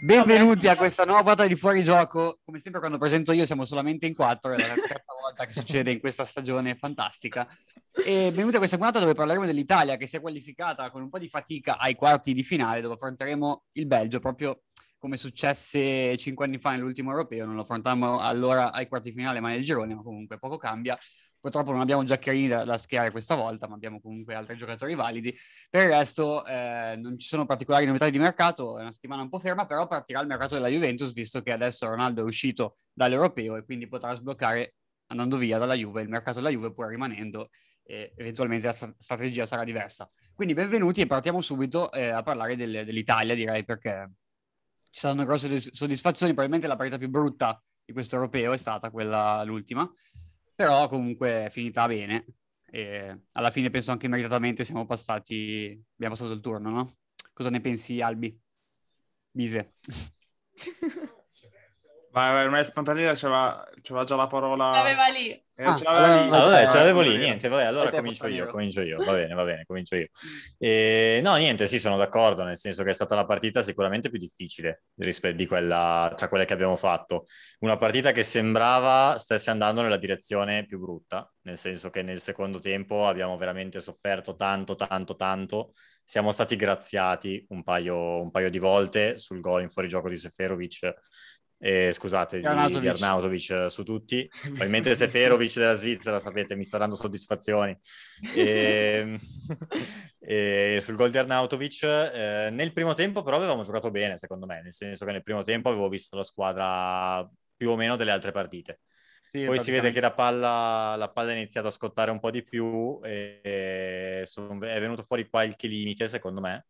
Benvenuti a questa nuova puntata di Fuori Gioco. Come sempre, quando presento io, siamo solamente in quattro. È la terza volta che succede in questa stagione fantastica. E benvenuti a questa puntata dove parleremo dell'Italia che si è qualificata con un po' di fatica ai quarti di finale, dove affronteremo il Belgio proprio come successe cinque anni fa nell'ultimo europeo. Non lo affrontammo allora ai quarti di finale, ma nel girone, ma comunque poco cambia. Purtroppo non abbiamo Giaccherini da, da schierare questa volta, ma abbiamo comunque altri giocatori validi. Per il resto eh, non ci sono particolari novità di mercato, è una settimana un po' ferma, però partirà il mercato della Juventus, visto che adesso Ronaldo è uscito dall'Europeo e quindi potrà sbloccare, andando via dalla Juve, il mercato della Juve pur rimanendo e eventualmente la st- strategia sarà diversa. Quindi benvenuti e partiamo subito eh, a parlare del- dell'Italia, direi, perché ci saranno grosse dis- soddisfazioni, probabilmente la partita più brutta di questo europeo è stata quella l'ultima, però comunque è finita bene. E alla fine penso anche meritatamente siamo passati, abbiamo passato il turno, no? Cosa ne pensi Albi? Bise. Vai, vai, ormai il Fantanini c'aveva, c'aveva già la parola. L'aveva lì. Eh, Ah, ce l'aveva lì. Eh, Ah, Allora, ce l'avevo lì, vero. niente, vabbè, allora Vabbè, comincio posso Ecco, io, dire. comincio io, va bene, va bene, comincio io. Eh, no, niente, sì, sono d'accordo, nel senso che è stata la partita sicuramente più difficile rispetto di quella, tra quelle che abbiamo fatto. Una partita che sembrava stesse andando nella direzione più brutta, nel senso che nel secondo tempo abbiamo veramente sofferto tanto, tanto, tanto. Siamo stati graziati un paio, un paio di volte sul gol in fuorigioco di Seferovic, eh, scusate, di, Arnautovic. di Arnautovic eh, su tutti. Ovviamente Seferovic della Svizzera, sapete, mi sta dando soddisfazioni. E, e eh, sul gol di Arnautovic, eh, nel primo tempo però avevamo giocato bene, secondo me, nel senso che nel primo tempo avevo visto la squadra più o meno delle altre partite. Sì, Poi si vede praticamente. che la palla, la palla è iniziata a scottare un po' di più e, e son- è venuto fuori qualche limite, secondo me.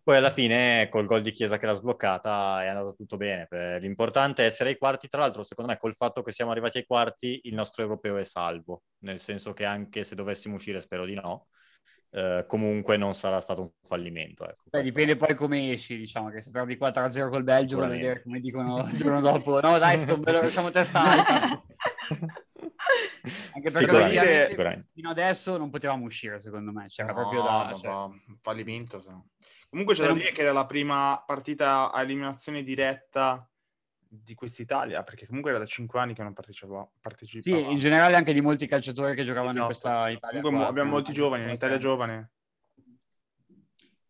Poi alla fine, col gol di Chiesa che l'ha sbloccata, è andato tutto bene. Eh, L'importante è essere ai quarti. Tra l'altro, secondo me, col fatto che siamo arrivati ai quarti, il nostro europeo è salvo. Nel senso che anche se dovessimo uscire, spero di no, eh, comunque non sarà stato un fallimento. Ecco, Beh, Questo- dipende poi come esci, diciamo che se perdi 4-0 col Belgio, voglio Sicuramente. vedere come dicono il giorno dopo. No, dai, sto bello, lasciamo testa alta. Anche perché Sicuramente, ovviamente- sicuramente. Fino adesso non potevamo uscire, secondo me, c'era No, proprio da... ma- cioè, ma- un fallimento. se no. Comunque c'è da Era un- dire che era la prima partita a eliminazione diretta di quest'Italia, perché comunque era da 5 anni che non partecipava. Sì, partecipava. in generale anche di molti calciatori che giocavano in Esatto. questa Italia. Comunque qua, mo- abbiamo che- molti giovani, un'Italia giovane.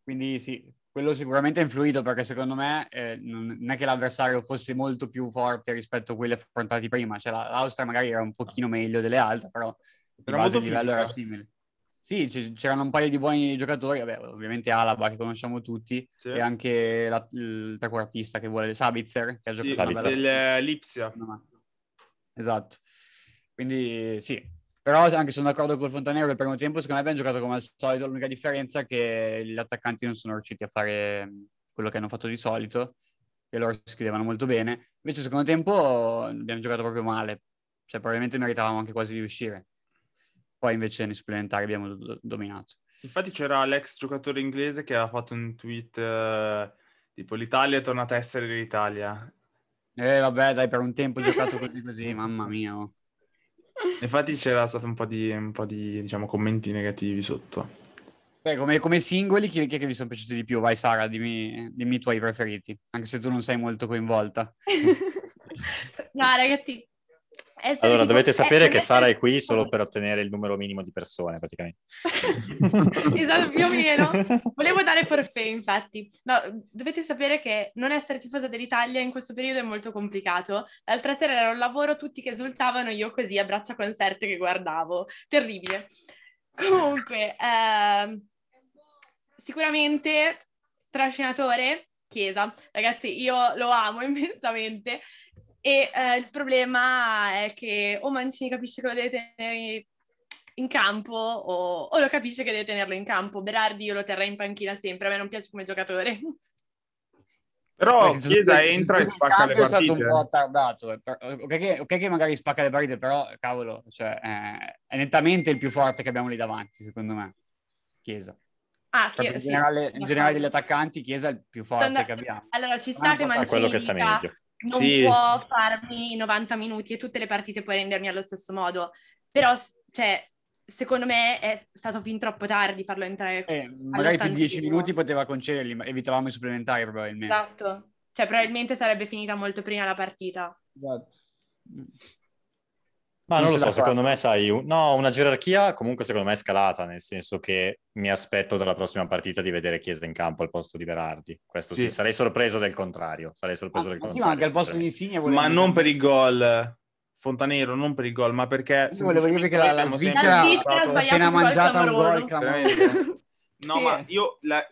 Quindi sì, quello sicuramente ha influito perché secondo me eh, non non è che l'avversario fosse molto più forte rispetto a quelli affrontati prima, cioè la- l'Austria magari era un pochino meglio delle altre, però di Era base il molto livello fisica. era simile. Sì, c- c'erano un paio di buoni giocatori, vabbè, ovviamente Alaba che conosciamo tutti Sì. e anche la- il trequartista che vuole Sabitzer, che ha Sì, eh, giocato una Sabitzer. bella- dell'Ipsia. secondo me. Esatto. Quindi sì. Però anche sono d'accordo col Fontanero che il primo tempo secondo me abbiamo giocato come al solito, l'unica differenza è che gli attaccanti non sono riusciti a fare mm, quello che hanno fatto di solito, che loro si scrivevano molto bene. Invece il secondo tempo abbiamo giocato proprio male, cioè probabilmente meritavamo anche quasi di uscire. Poi invece nei supplementari abbiamo do- dominato. Infatti c'era l'ex giocatore inglese che aveva fatto un tweet eh, tipo l'Italia è tornata a essere l'Italia. E Eh, vabbè dai, per un tempo giocato così così, mamma mia. oh. Infatti c'era stato un po' di, un po' di, diciamo, commenti negativi sotto. Beh, come, come singoli, chi, chi è che vi sono piaciuti di più? Vai Sara, dimmi, dimmi i tuoi preferiti, anche se tu non sei molto coinvolta. no, ragazzi. Eh, essere Allora, Eh, tipo- dovete sapere essere- che Sara è qui solo per ottenere il numero minimo di persone, praticamente. Esatto, più o meno. Volevo dare forfè, infatti. No, dovete sapere che non essere tifosa dell'Italia in questo periodo è molto complicato. L'altra sera era un lavoro, tutti che esultavano, io così a braccia concerte che guardavo. Terribile. Comunque, ehm, sicuramente trascinatore, Chiesa. Ragazzi, io lo amo immensamente. E eh, il problema è che o Mancini capisce che lo deve tenere in campo o, o lo capisce che deve tenerlo in campo. Berardi io lo terrei in panchina sempre, a me non piace come giocatore. Però Poi, se- Chiesa se- entra se- e se- spacca le il cambio È stato partite. un po' tardato, eh, per- ok che, ok che magari spacca le partite, però cavolo, cioè, eh, è nettamente il più forte che abbiamo lì davanti, secondo me, Chiesa. Ah, Proprio Chie- in sì, generale, sono in generale degli d'accordo. attaccanti Chiesa è il più forte Sono che d'accordo. abbiamo. Allora, ci Non sta è che un po' È Mancini quello che sta dica, meglio. non Sì. può farmi 90 minuti e tutte le partite puoi rendermi allo stesso modo. Però, cioè, secondo me è stato fin troppo tardi farlo entrare. Eh, magari più 10 minuti poteva concederli, ma evitavamo i supplementari probabilmente. Esatto. Cioè, probabilmente sarebbe finita molto prima la partita. Esatto. Ma Non non lo ce so, l'ha secondo me, sai, un- no, una gerarchia comunque secondo me è scalata, nel senso che mi aspetto dalla prossima partita di vedere Chiesa in campo al posto di Berardi. Questo sì, Sì. sarei sorpreso del contrario, sarei sorpreso del Ah, ma sì, contrario. ma anche al posto di sinceramente. Insigne volevo Ma non dire- per il gol, Fontanero, non per il gol, ma perché... Io volevo dire che la- la abbiamo Svizzera- La sempre Svizzera ha parlato- appena sbagliato un gol mangiata un gol clamoroso. clamoroso. No, Sì. ma io la-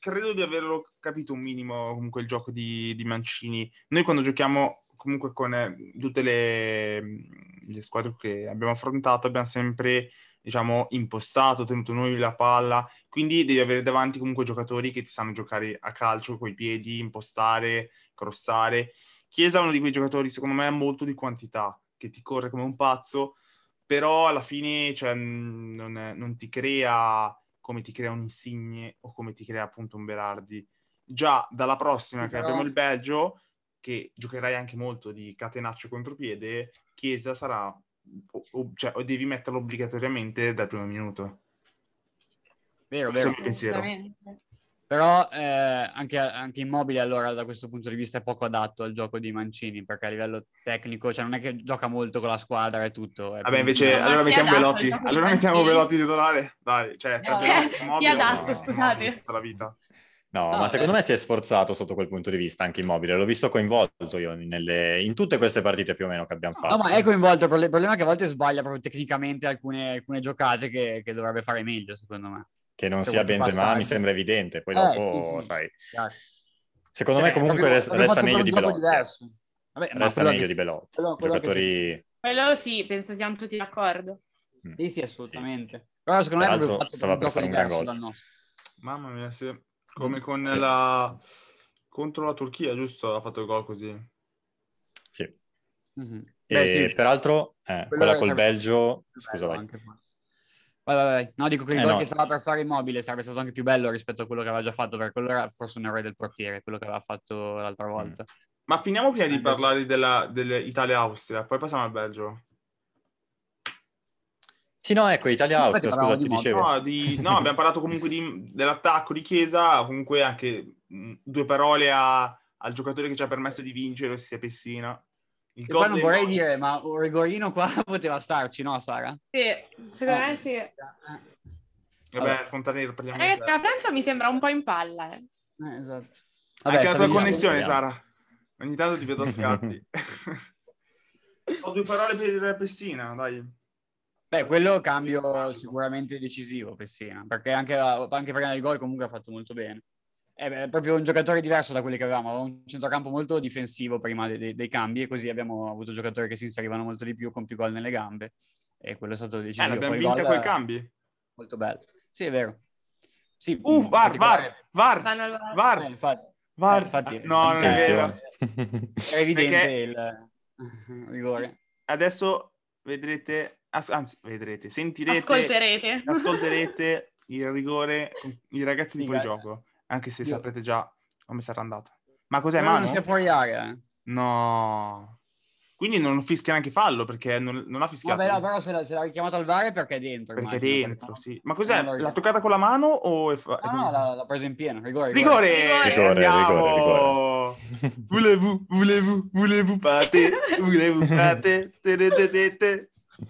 credo di averlo capito un minimo comunque il gioco di, di Mancini. Noi quando giochiamo comunque con eh, tutte le, le squadre che abbiamo affrontato abbiamo sempre, diciamo, impostato, tenuto noi la palla, quindi devi avere davanti comunque giocatori che ti sanno giocare a calcio coi piedi, impostare, crossare. Chiesa è uno di quei giocatori, secondo me, molto di quantità, che ti corre come un pazzo, però alla fine cioè, mh, non, è- non ti crea come ti crea un Insigne o come ti crea appunto un Berardi. Già dalla prossima Sì, che però- abbiamo il Belgio, che giocherai anche molto di catenaccio contropiede, Chiesa sarà, o- o- cioè, o devi metterlo obbligatoriamente dal primo minuto. Vero, Questo vero. è il mio pensiero. Assolutamente. Però eh, anche, anche Immobile allora da questo punto di vista è poco adatto al gioco di Mancini perché a livello tecnico cioè non è che gioca molto con la squadra e tutto. eh, Vabbè, quindi- invece, Ma allora chi mettiamo ha dato Velotti. il gioco di Allora mettiamo Mancini? Velotti titolare. Dai, cioè, tra No. Velotti e Cioè, Immobile, chi ha dato, no, scusate? Immobile Tutta la vita. No, No, ma secondo beh. me si è sforzato sotto quel punto di vista anche Immobile, l'ho visto coinvolto io nelle- in tutte queste partite più o meno che abbiamo fatto. No, ma è coinvolto. Il prole- problema è che a volte sbaglia proprio tecnicamente alcune, alcune giocate che, che dovrebbe fare meglio, secondo me. Che non Se sia vuoi Benzema passare. mi sembra evidente, poi Eh, dopo, sì, sì. sai. Chiaro. Secondo me Cioè, comunque abbiamo- res- abbiamo resta fatto meglio proprio un gioco di Belotti. eh. diverso. Vabbè, ma Resta quello meglio che- di Belotti. quello- quello che Giocatori... Quello sì, penso siamo tutti d'accordo. Mm. Sì, sì, assolutamente. Però secondo me è Peraltro proprio fatto stava un per gioco fare un gran diverso gol. dal nostro. Mamma mia, se- come con Sì. la... contro la Turchia, giusto? Ha fatto il gol così. Sì. Mhm. E Beh, sì. peraltro eh, Quello quella che col sarebbe- Belgio... Bello Scusa, vai. anche qua. Vai, vai, vai. No, dico che il Eh, gol no. che stava per fare immobile sarebbe stato anche più bello rispetto a quello che aveva già fatto, perché quello era forse un errore del portiere, quello che aveva fatto Mm. l'altra volta. Ma finiamo prima di Sì, parlare della, dell'Italia-Austria, poi passiamo al Belgio. Sì, no, ecco, Infatti Italia-Austria, parlavamo di scusa, ti Modena. dicevo. No, di- no, abbiamo parlato comunque di- dell'attacco di Chiesa, comunque anche mh, due parole a- al giocatore che ci ha permesso di vincere, ossia Pessina. Il E poi non del- vorrei dire, ma un rigorino qua poteva starci, no, Sara? Sì, secondo me sì. Eh, Vabbè, Fontanero, parliamo di Eh, te. la Francia mi sembra un po' in palla. eh. eh, esatto. Anche la tua stavo dicendo- connessione, Vediamo. Sara. Ogni tanto ti vedo a scatti. Ho due parole per Pessina, dai. Beh, quello cambio sicuramente decisivo, Pessina, perché anche, anche prima del gol comunque ha fatto molto bene. Eh beh, È proprio un giocatore diverso da quelli che avevamo, avevamo un centrocampo molto difensivo prima de- de- dei, cambi e così abbiamo avuto giocatori che si inserivano molto di più con più gol nelle gambe e quello è stato Eh, decisivo. l'abbiamo Poi il vinta gol Mm, coi è cambi. Molto bello. Sì, è vero. Sì, Uh, in VAR, VAR, particolare- VAR, Vanno al VAR. Eh, VAR, infatti, VAR. eh, infatti- No, non è vero. Attenzione. Era evidente Perché- il il rigore. Adesso vedrete, as- anzi, vedrete, sentirete, Ascolterete. ascolterete il rigore, con i ragazzi di Sì, fuorigioco, anche se Io- saprete già come sarà andata. Ma cos'è, Spero che non mano? sia fuori area. eh. No. Quindi non fischia neanche fallo, perché non, non ha fischiato. Vabbè, no, però se, l'ha- se l'ha richiamato al VAR è perché è dentro. Perché immagino, dentro, perché- sì. Ma cos'è? Non lo L'ha ricordo. toccata con la mano o è fa- è Ah, no, con- l'ha, l'ha preso in pieno. Rigore, Rigore! Rigore, rigore, Andiamo! rigore. Voulez-vous, voulez-vous, voulez-vous pate, voulez-vous pate, te te te te te. Chi è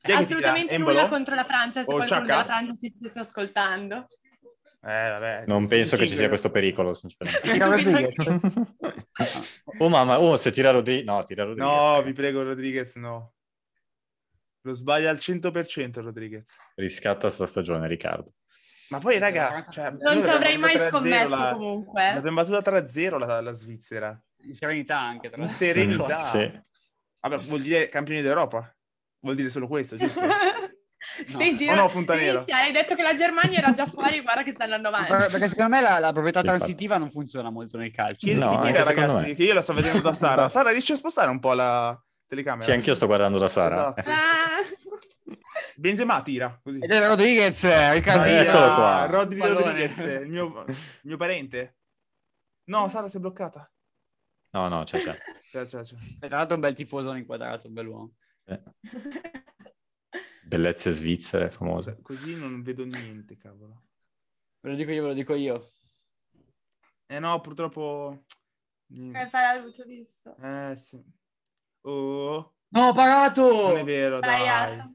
che ti Assolutamente tira? nulla Embolo? contro la Francia, se O qualcuno Xhaka? della Francia ci stesse ascoltando. Eh, vabbè. Non penso che ci sia Cinque. questo pericolo, sinceramente. Tira Rodriguez. oh mamma, oh se tira Rodriguez, no, tira Rodriguez. eh. No, vi prego, Rodriguez, no. Lo sbaglia al 100% Rodriguez. Riscatta sta stagione, Riccardo. Ma poi, Sì, raga, veramente. cioè, Non Non noi ci avrei l'abbiamo mai battuta 3-0 scommesso la- comunque. L'abbiamo battuta 3-0 la, la Svizzera. In serenità anche. Tra In l'altro. Eh, serenità. Eh, Sì. Vabbè, vuol dire campioni d'Europa. Vuol dire solo questo, giusto? Senti, Oh no, Fontanella. minchia, hai detto che la Germania era già fuori, guarda che sta andando avanti. Per- Perché secondo me la, la proprietà Infatti. transitiva non funziona molto nel calcio. Chi, No, eh. chi anche tira, secondo ragazzi? me. Che io la sto vedendo da Sara. Sara, riesci a spostare un po' la telecamera? Sì, anch'io sto guardando da Sara. Esatto. Ah. Benzema tira, così. Ed è Rodriguez, eh, Riccardino. Dai, eccolo qua. Rodri Pallone. Rodriguez, il mio, il mio parente. No, Sara si è bloccata. No, no, c'è, c'è. Eh, Cioè, cioè, cioè. Tra l'altro un bel tifoso inquadrato, un bel uomo. Eh, bellezze svizzere famose. Così non vedo niente, cavolo. Ve lo dico io, ve lo dico io. Eh no, purtroppo... Eh, niente. fai la luce, ho visto. Eh sì. Oh, No, ho non è Oh, pagato! vero, Dai, dai. Arta.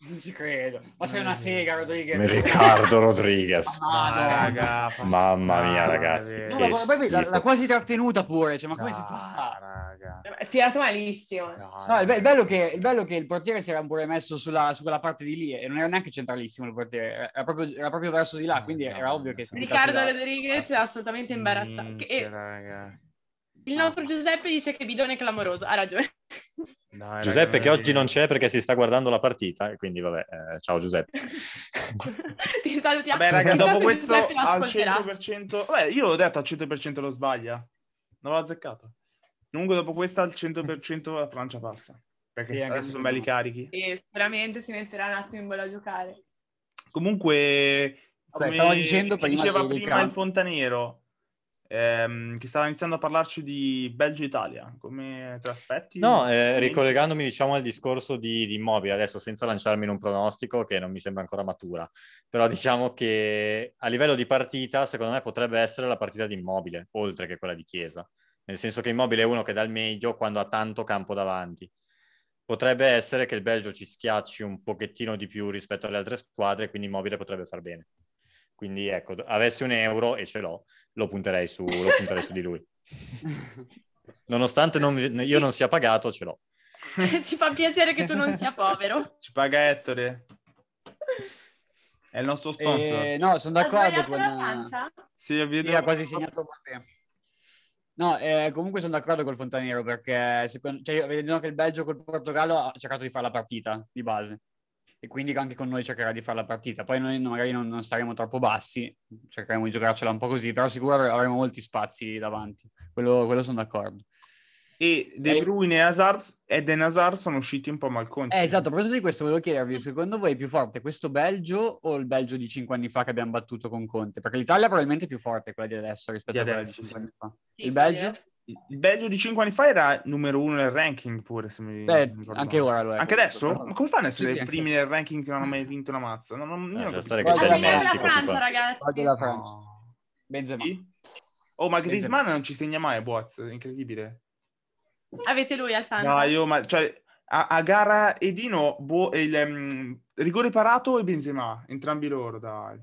Non ci credo. Ma sei una sega, Rodriguez. Riccardo Rodriguez. Ah, Ah, no. raga, fa- Mamma mia, Ah, ragazzi, vabbè. No, ma che poi- poi la, schifo. l'ha quasi trattenuta pure, cioè, ma come Dai, si fa? raga. È tirato malissimo. No, il, be- il bello che, il bello che il portiere si era pure messo sulla, su quella parte di lì e non era neanche centralissimo il portiere, era proprio, era proprio verso di là, quindi era ovvio che... si Riccardo buttasse là. Rodriguez è assolutamente imbarazzante. Minchia, E raga. il nostro Giuseppe dice che bidone è clamoroso. Ha ragione. Dai, Giuseppe raga, che oggi è non c'è perché si sta guardando la partita, e quindi vabbè, eh, ciao Giuseppe. Ti salutiamo. Vabbè, raga, Chissà dopo se questo Giuseppe lo al ascolterà. 100%... Beh, io l'ho detto al 100% lo sbaglia. Non l'ho azzeccato. Comunque dopo questa al 100% la Francia passa. Perché Sì, anche adesso sono secondo belli me. carichi. Sì, sicuramente si metterà un attimo in bolla a giocare. Comunque, come stavo dicendo ci prima diceva dei- dei prima campi. il Fontanero, ehm, che stava iniziando a parlarci di Belgio-Italia, come ti aspetti? No, eh, ricollegandomi diciamo al discorso di, di Immobile, adesso senza lanciarmi in un pronostico che non mi sembra ancora matura, però diciamo che a livello di partita secondo me potrebbe essere la partita di Immobile, oltre che quella di Chiesa, nel senso che Immobile è uno che dà il meglio quando ha tanto campo davanti. Potrebbe essere che il Belgio ci schiacci un pochettino di più rispetto alle altre squadre, quindi Immobile potrebbe far bene. Quindi ecco, avessi un euro e ce l'ho, lo punterei su, lo punterei su di lui. Nonostante non- io non sia pagato, ce l'ho. Ci Cioè, fa piacere che tu non sia povero. Ci paga Ettore, è il nostro sponsor. Eh, no, sono Ha d'accordo sbagliato con... eh, la Francia? Sì, io vedo- Sì, ha quasi segnato Mbappé. No, eh, comunque sono d'accordo col Fontanero perché secondo, cioè, io- vedendo anche il Belgio col Portogallo ha cercato di fare la partita di base e quindi anche con noi cercherà di fare la partita. Poi noi non- magari non, non saremo troppo bassi, cercheremo di giocarcela un po' così, però sicuro avre- avremo molti spazi davanti. Quello, quello sono d'accordo. E De Eh. Bruyne e Hazard, ed Eden Hazard sono usciti un po' malconti. Eh, esatto, a proposito di questo volevo chiedervi, secondo voi è più forte questo Belgio o il Belgio di 5 anni fa che abbiamo battuto con Conte? Perché l'Italia probabilmente è più forte quella di adesso rispetto a Di quella di adesso, 5 sì. anni fa. Sì, Il Belgio? Il Belgio di 5 anni fa era numero uno nel ranking pure, se mi Beh, mi ricordo anche male. ora lo è. Anche adesso? Però- Ma come fanno a essere Sì, sì, i anche- primi nel ranking che non hanno mai vinto una mazza? Non, non, io Eh, non c'è la capisco. storia che c'è Ha Guarda segnato la Messi, Francia, tipo. Guarda ragazzi. la Francia. No. Benzema. Sì? Oh, Benzema. ma Griezmann non ci segna mai, Boaz, incredibile. Avete lui al Santo. No, io, ma, cioè, a, a gara Edino, boh, il ehm, rigore parato e Benzema, entrambi loro, dai.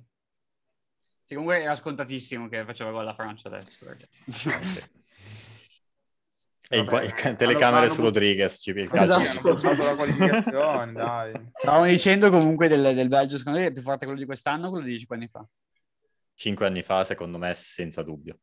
Sì, comunque era scontatissimo che faceva gol la Francia adesso. perché- E in qua- Vabbè, eh, ca- hanno- telecamere hanno- su Rodriguez. Ci, il calcio. Esatto. Cioè, Hanno passato la qualificazione, dai. Stavamo dicendo comunque del, del Belgio, secondo me è più forte quello di quest'anno o quello di 5 anni fa? Cinque anni fa, secondo me, senza dubbio.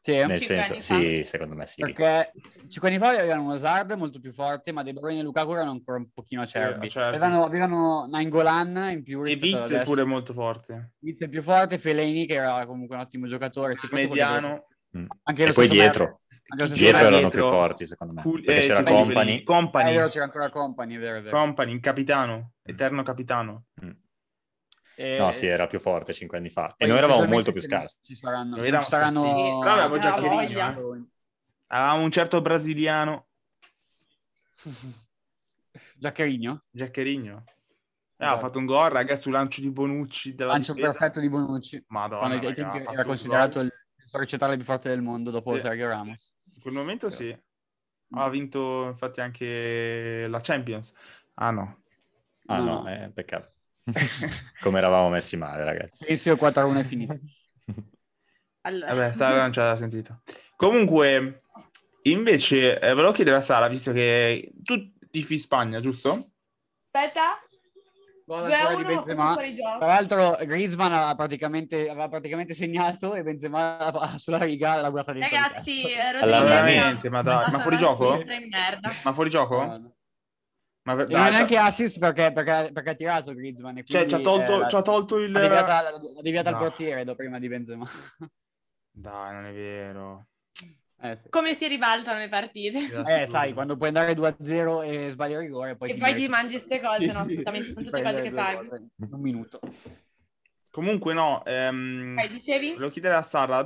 Sì, Eh, Nel Cinque senso, anni fa. sì, secondo me sì. perché 5 anni fa avevano uno Hazard molto più forte, ma De Bruyne e Lukaku erano ancora un pochino acerbi. acerbi. Avevano, avevano Nainggolan in più E rispetto ad Viz è adesso. certo. pure molto forte. Viz è più forte, Fellaini che era comunque un ottimo giocatore. Sì, forse quello che- Mediano. Mm. Anche E lo poi stesso dietro, Anche lo stesso dietro Mertens. erano dietro. più forti, secondo me. Cool- perché eh, c'era sì, Company. Eh, è Company, vero, c'era ancora Company, è vero, è vero. Company, capitano, eterno capitano. E- No, sì, era più forte cinque anni fa. E eh, poi noi eravamo eventualmente molto più se non scarsi. Ci saranno, Noi non ci eravamo saranno... scarsissimi. Però avevamo già Ah, Chiellini, voglia. Avevamo un certo brasiliano, Giaccherino, Giaccherigno. Eh, ha Esatto. fatto un gol, raga, sul lancio di Bonucci. Della lancio difesa. perfetto di Bonucci. Madonna, quando ai esatto. raga, tempi ha fatto era un considerato gol. il difensore centrale più forte del mondo dopo Sì. Sergio Ramos. In quel momento sì. Mm. Ha vinto infatti anche la Champions. Ah no. Ah No, no, no. eh, peccato. Come eravamo messi male, ragazzi. Sensio 4-1 è finito. Eh. Allora. Vabbè, Sara non ce l'ha sentito. Comunque, invece, eh, volevo chiedere a Sara, visto che tu tifi Spagna, giusto? Aspetta. Gol 2 a ancora di 1 Benzema. fuori gioco. Tra l'altro Griezmann aveva praticamente, aveva praticamente segnato e Benzema aveva- sulla riga l'ha guardata dentro di Ragazzi, testa. eh, Alla Ma Rodrigo- veramente, ma dai, ma fuori gioco? Sì, di merda. Ma fuori gioco? No, no. Ma ver- E non è Oh? dai, neanche assist perché, perché, perché ha tirato Griezmann. e cioè, quindi, ci ha tolto, eh, l'ha- ci ha tolto il... l'ha deviata, l'ha deviata al No. portiere do- prima di Benzema. Dai, non è vero. Eh, sì. Come si ribaltano le partite. Eh, sai, quando puoi andare 2-0 e sbagli il rigore, poi E ti poi meriti- ti mangi queste cose, no? Sì, sì. Assolutamente, sono ti tutte prendi cose le che due paghi. cose in Un minuto. Comunque no, ehm, Vai, dicevi? volevo chiedere a Sara,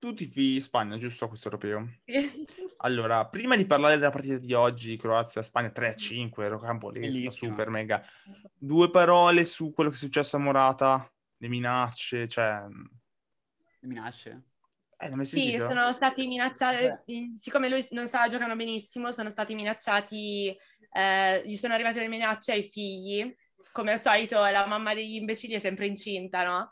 tu tifi Spagna, giusto, a questo europeo? Sì. Allora, prima di parlare della partita di oggi, Croazia-Spagna 3-5, Rocampo lesta, Bellissima. super mega. Due parole su quello che è successo a Morata, le minacce, cioè... Le minacce. Eh, non mi hai Sì, sentito? sono stati minacciati, in- siccome lui non stava giocando benissimo, sono stati minacciati, eh, gli sono arrivate le minacce ai figli. Come al solito la mamma degli imbecilli è sempre incinta, no?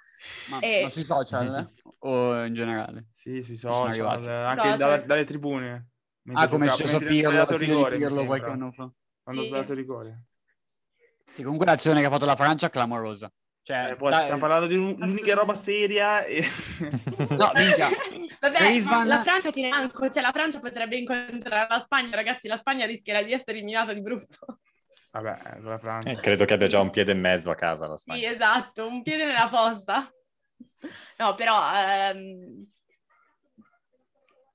Ma, Eh. ma sui social eh? o in generale? Sì, sui Sono social, arrivati. anche Social. dalla- dalle tribune. Mentre Ah, come è gioca- successo mentre ha Pirlo, sbagliato azione di rigore, mi Pirlo qualche sembra. anno fa. Quando ha Sì. sbagliato rigore. Sì, comunque l'azione che ha fatto la Francia è clamorosa. Cioè, Eh, poi dai- stiamo parlando di un- l'unica roba seria e... No, minchia. Vabbè, Griezmann- la Francia tiene anco, cioè la Francia potrebbe incontrare la Spagna, ragazzi, la Spagna rischierà di essere eliminata di brutto. Vabbè, con la Francia. Eh, credo che abbia già un piede e mezzo a casa la Sì, Spagna. esatto, un piede nella fossa. No, però ehm,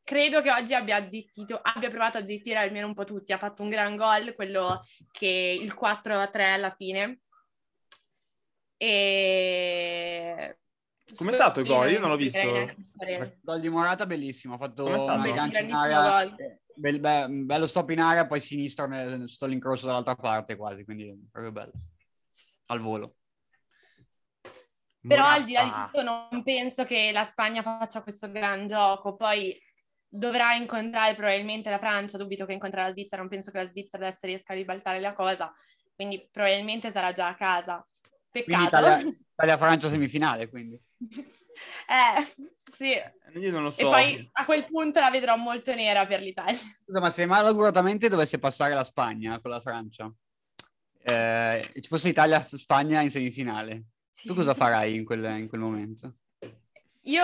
credo che oggi abbia zittito, abbia provato a zittire almeno un po' tutti. Ha fatto un gran gol, quello che il 4-3 alla fine. E... Com'è stato il Io gol? Io non l'ho saprei visto. neanche sapere. Gol di Morata bellissimo, ha fatto Come sta? un Beh, gancio in grandissimo area, gol. bel- be- bello stop in area, poi sinistro nel, sotto l'incrocio dall'altra parte quasi, quindi proprio bello. Al volo. Però al di là di Morata. tutto non penso che la Spagna faccia questo gran gioco, poi dovrà incontrare probabilmente la Francia, dubito che incontrerà la Svizzera, non penso che la Svizzera adesso riesca a ribaltare la cosa, quindi probabilmente sarà già a casa. Quindi Peccato. Italia, Italia-Francia semifinale, quindi. eh, sì, e Io non lo so. poi a quel punto la vedrò molto nera per l'Italia. Scusa, ma se malauguratamente dovesse passare la Spagna con la Francia, eh, e ci fosse Italia-Spagna in semifinale, tu cosa farai in quel, in quel momento? Io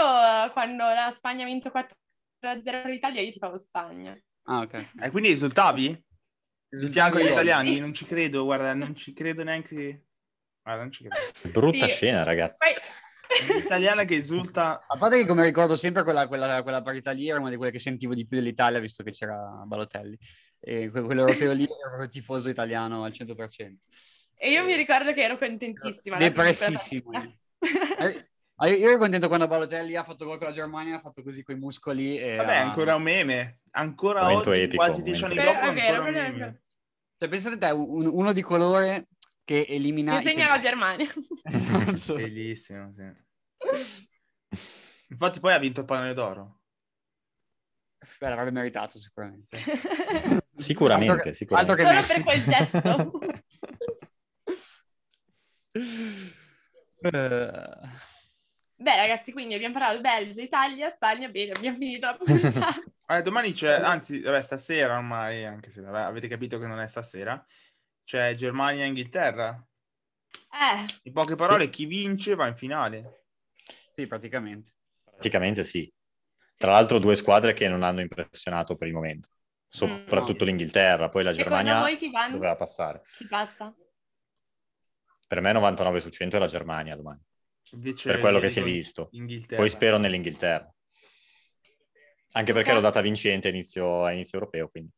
quando la Spagna ha vinto 4-0 per l'Italia io ti favo Spagna. Ah, ok. Eh, quindi risultavi? Risultiamo con gli Risultavi? italiani? Non ci credo, guarda, non ci credo neanche... Guarda, Ah, non ci credo. Brutta Sì. scena, ragazzi. Poi... L'italiana che esulta... A parte che, come ricordo sempre, quella, quella, quella parità lì era una di quelle che sentivo di più dell'Italia, visto che c'era Balotelli. E que- quello europeo lì era proprio tifoso italiano al 100%. E io mi ricordo che ero contentissima. alla fine di quella Depressissimo. partita. Eh, ah, Io io ero contento quando Balotelli ha fatto gol con la Germania, ha fatto così coi muscoli. E Vabbè, ha- ancora un meme. Ancora Momento oggi, epico, quasi dieci anni momento dopo, epico. Però è vero, ancora però un è meme. vero. Cioè, pensate te, un- uno di colore che elimina... Mi i segna la tempi- Germania. Esatto. Bellissimo, sì. Infatti poi ha vinto il pallone d'oro. Beh, l'avrebbe meritato sicuramente. Altro Sicuramente, che- sicuramente. altro che Solo Messi. per quel gesto. Eh, Beh, ragazzi, quindi abbiamo parlato Belgio, Italia, Spagna, bene, abbiamo finito la puntata. Eh, domani c'è, anzi, vabbè, stasera ormai, anche se vabbè, avete capito che non è stasera, c'è Germania e Inghilterra. Eh, In poche parole, chi vince va in finale. Sì, praticamente. Praticamente sì. Tra l'altro due squadre che non hanno impressionato per il momento, soprattutto l'Inghilterra, poi la secondo Germania voi chi, va- doveva passare. chi passa? Per me 99 su 100 è la Germania domani, Invece per quello che io si è dico visto. Inghilterra. Poi spero nell'Inghilterra. Anche perché Ok. l'ho data vincente a inizio, a inizio europeo, quindi.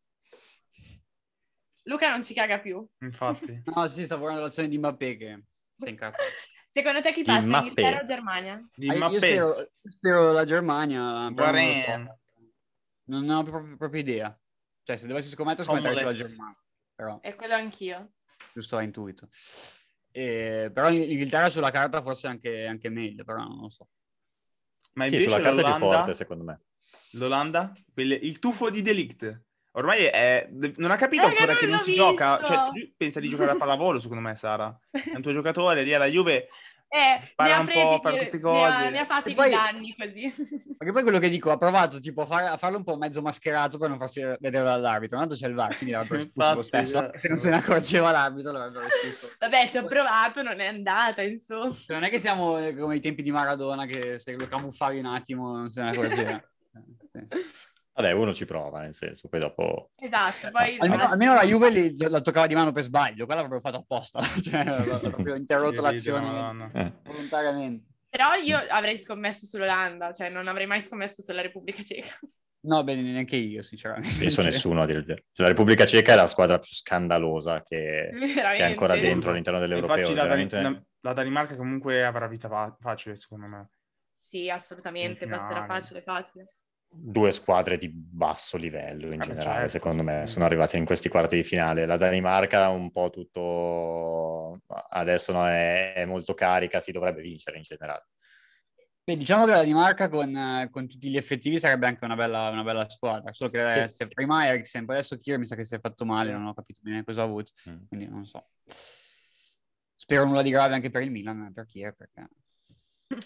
Luca non ci caga più. Infatti. No, sì, stavo guardando l'azione di Mbappé che si è incazzato. Secondo te chi Di passa, Mbappé. Inghilterra o Germania? Di Ah, io- Mbappé. Io spero, io spero la Germania, però non, lo so. Varane. non ho proprio, proprio idea. Cioè, se dovessi scommettere, scommetterei sulla Homeless. Germania, però E quello anch'io. giusto a intuito. Eh, però l'Inghilterra sulla carta forse è anche, anche meglio, però non lo so. Ma Sì, invece sulla carta è più l'Olanda- forte, secondo me. L'Olanda? Quelle- Il tuffo di Delict. Ormai è... non ha capito Raga, ancora non che non l'ho si gioca. visto. Cioè, lui pensa di giocare a pallavolo, secondo me, Sara. È un tuo giocatore lì alla Juve. Eh, ne Parla ha un po', presi, fai ne- queste ne ha- cose. ne ha fatti E poi- di danni così. Perché poi quello che dico, ha provato tipo a, fare- a farlo un po' mezzo mascherato per non farsi vedere dall'arbitro. Tanto c'è il VAR, quindi l'avrebbero espulso lo Infatti, stesso. esatto. Se non se ne accorgeva l'arbitro, l'avrebbero espulso. Vabbè, ci ho provato, non è andata, insomma. Cioè, non è che siamo eh, come i tempi di Maradona, che se lo camuffavi un attimo non se ne accorgeva. Eh, sì. Vabbè, uno ci prova, nel senso, poi dopo... Esatto, poi... Almeno, almeno la Juve li- la toccava di mano per sbaglio, quella l'avrebbero fatto apposta, cioè avrebbero proprio interrotto Che l'azione ridere, Madonna. Eh. volontariamente. Però io avrei scommesso sull'Olanda, cioè non avrei mai scommesso sulla Repubblica Ceca. No, bene, neanche io, sinceramente. Penso Cioè, nessuno a dire il vero. Cioè, La Repubblica Ceca è la squadra più scandalosa che, che Veramente. è ancora dentro all'interno dell'europeo. Infatti, la, Dani- veramente- la- la Danimarca comunque avrà vita fa- facile, secondo me. Sì, assolutamente, Semifinali. passerà facile, facile. due squadre di basso livello in Ah, generale, certo. secondo me, sono arrivate in questi quarti di finale. La Danimarca un po' tutto adesso no, è, è molto carica, si dovrebbe vincere in generale. Beh, diciamo che la Danimarca con, eh, con tutti gli effettivi sarebbe anche una bella, una bella squadra. Solo che eh, Sì. se prima Eriksen, poi adesso Kier mi sa che si è fatto male, non ho capito bene cosa ha avuto, Mm. quindi non so. Spero nulla di grave anche per il Milan, eh, per Kier, perché...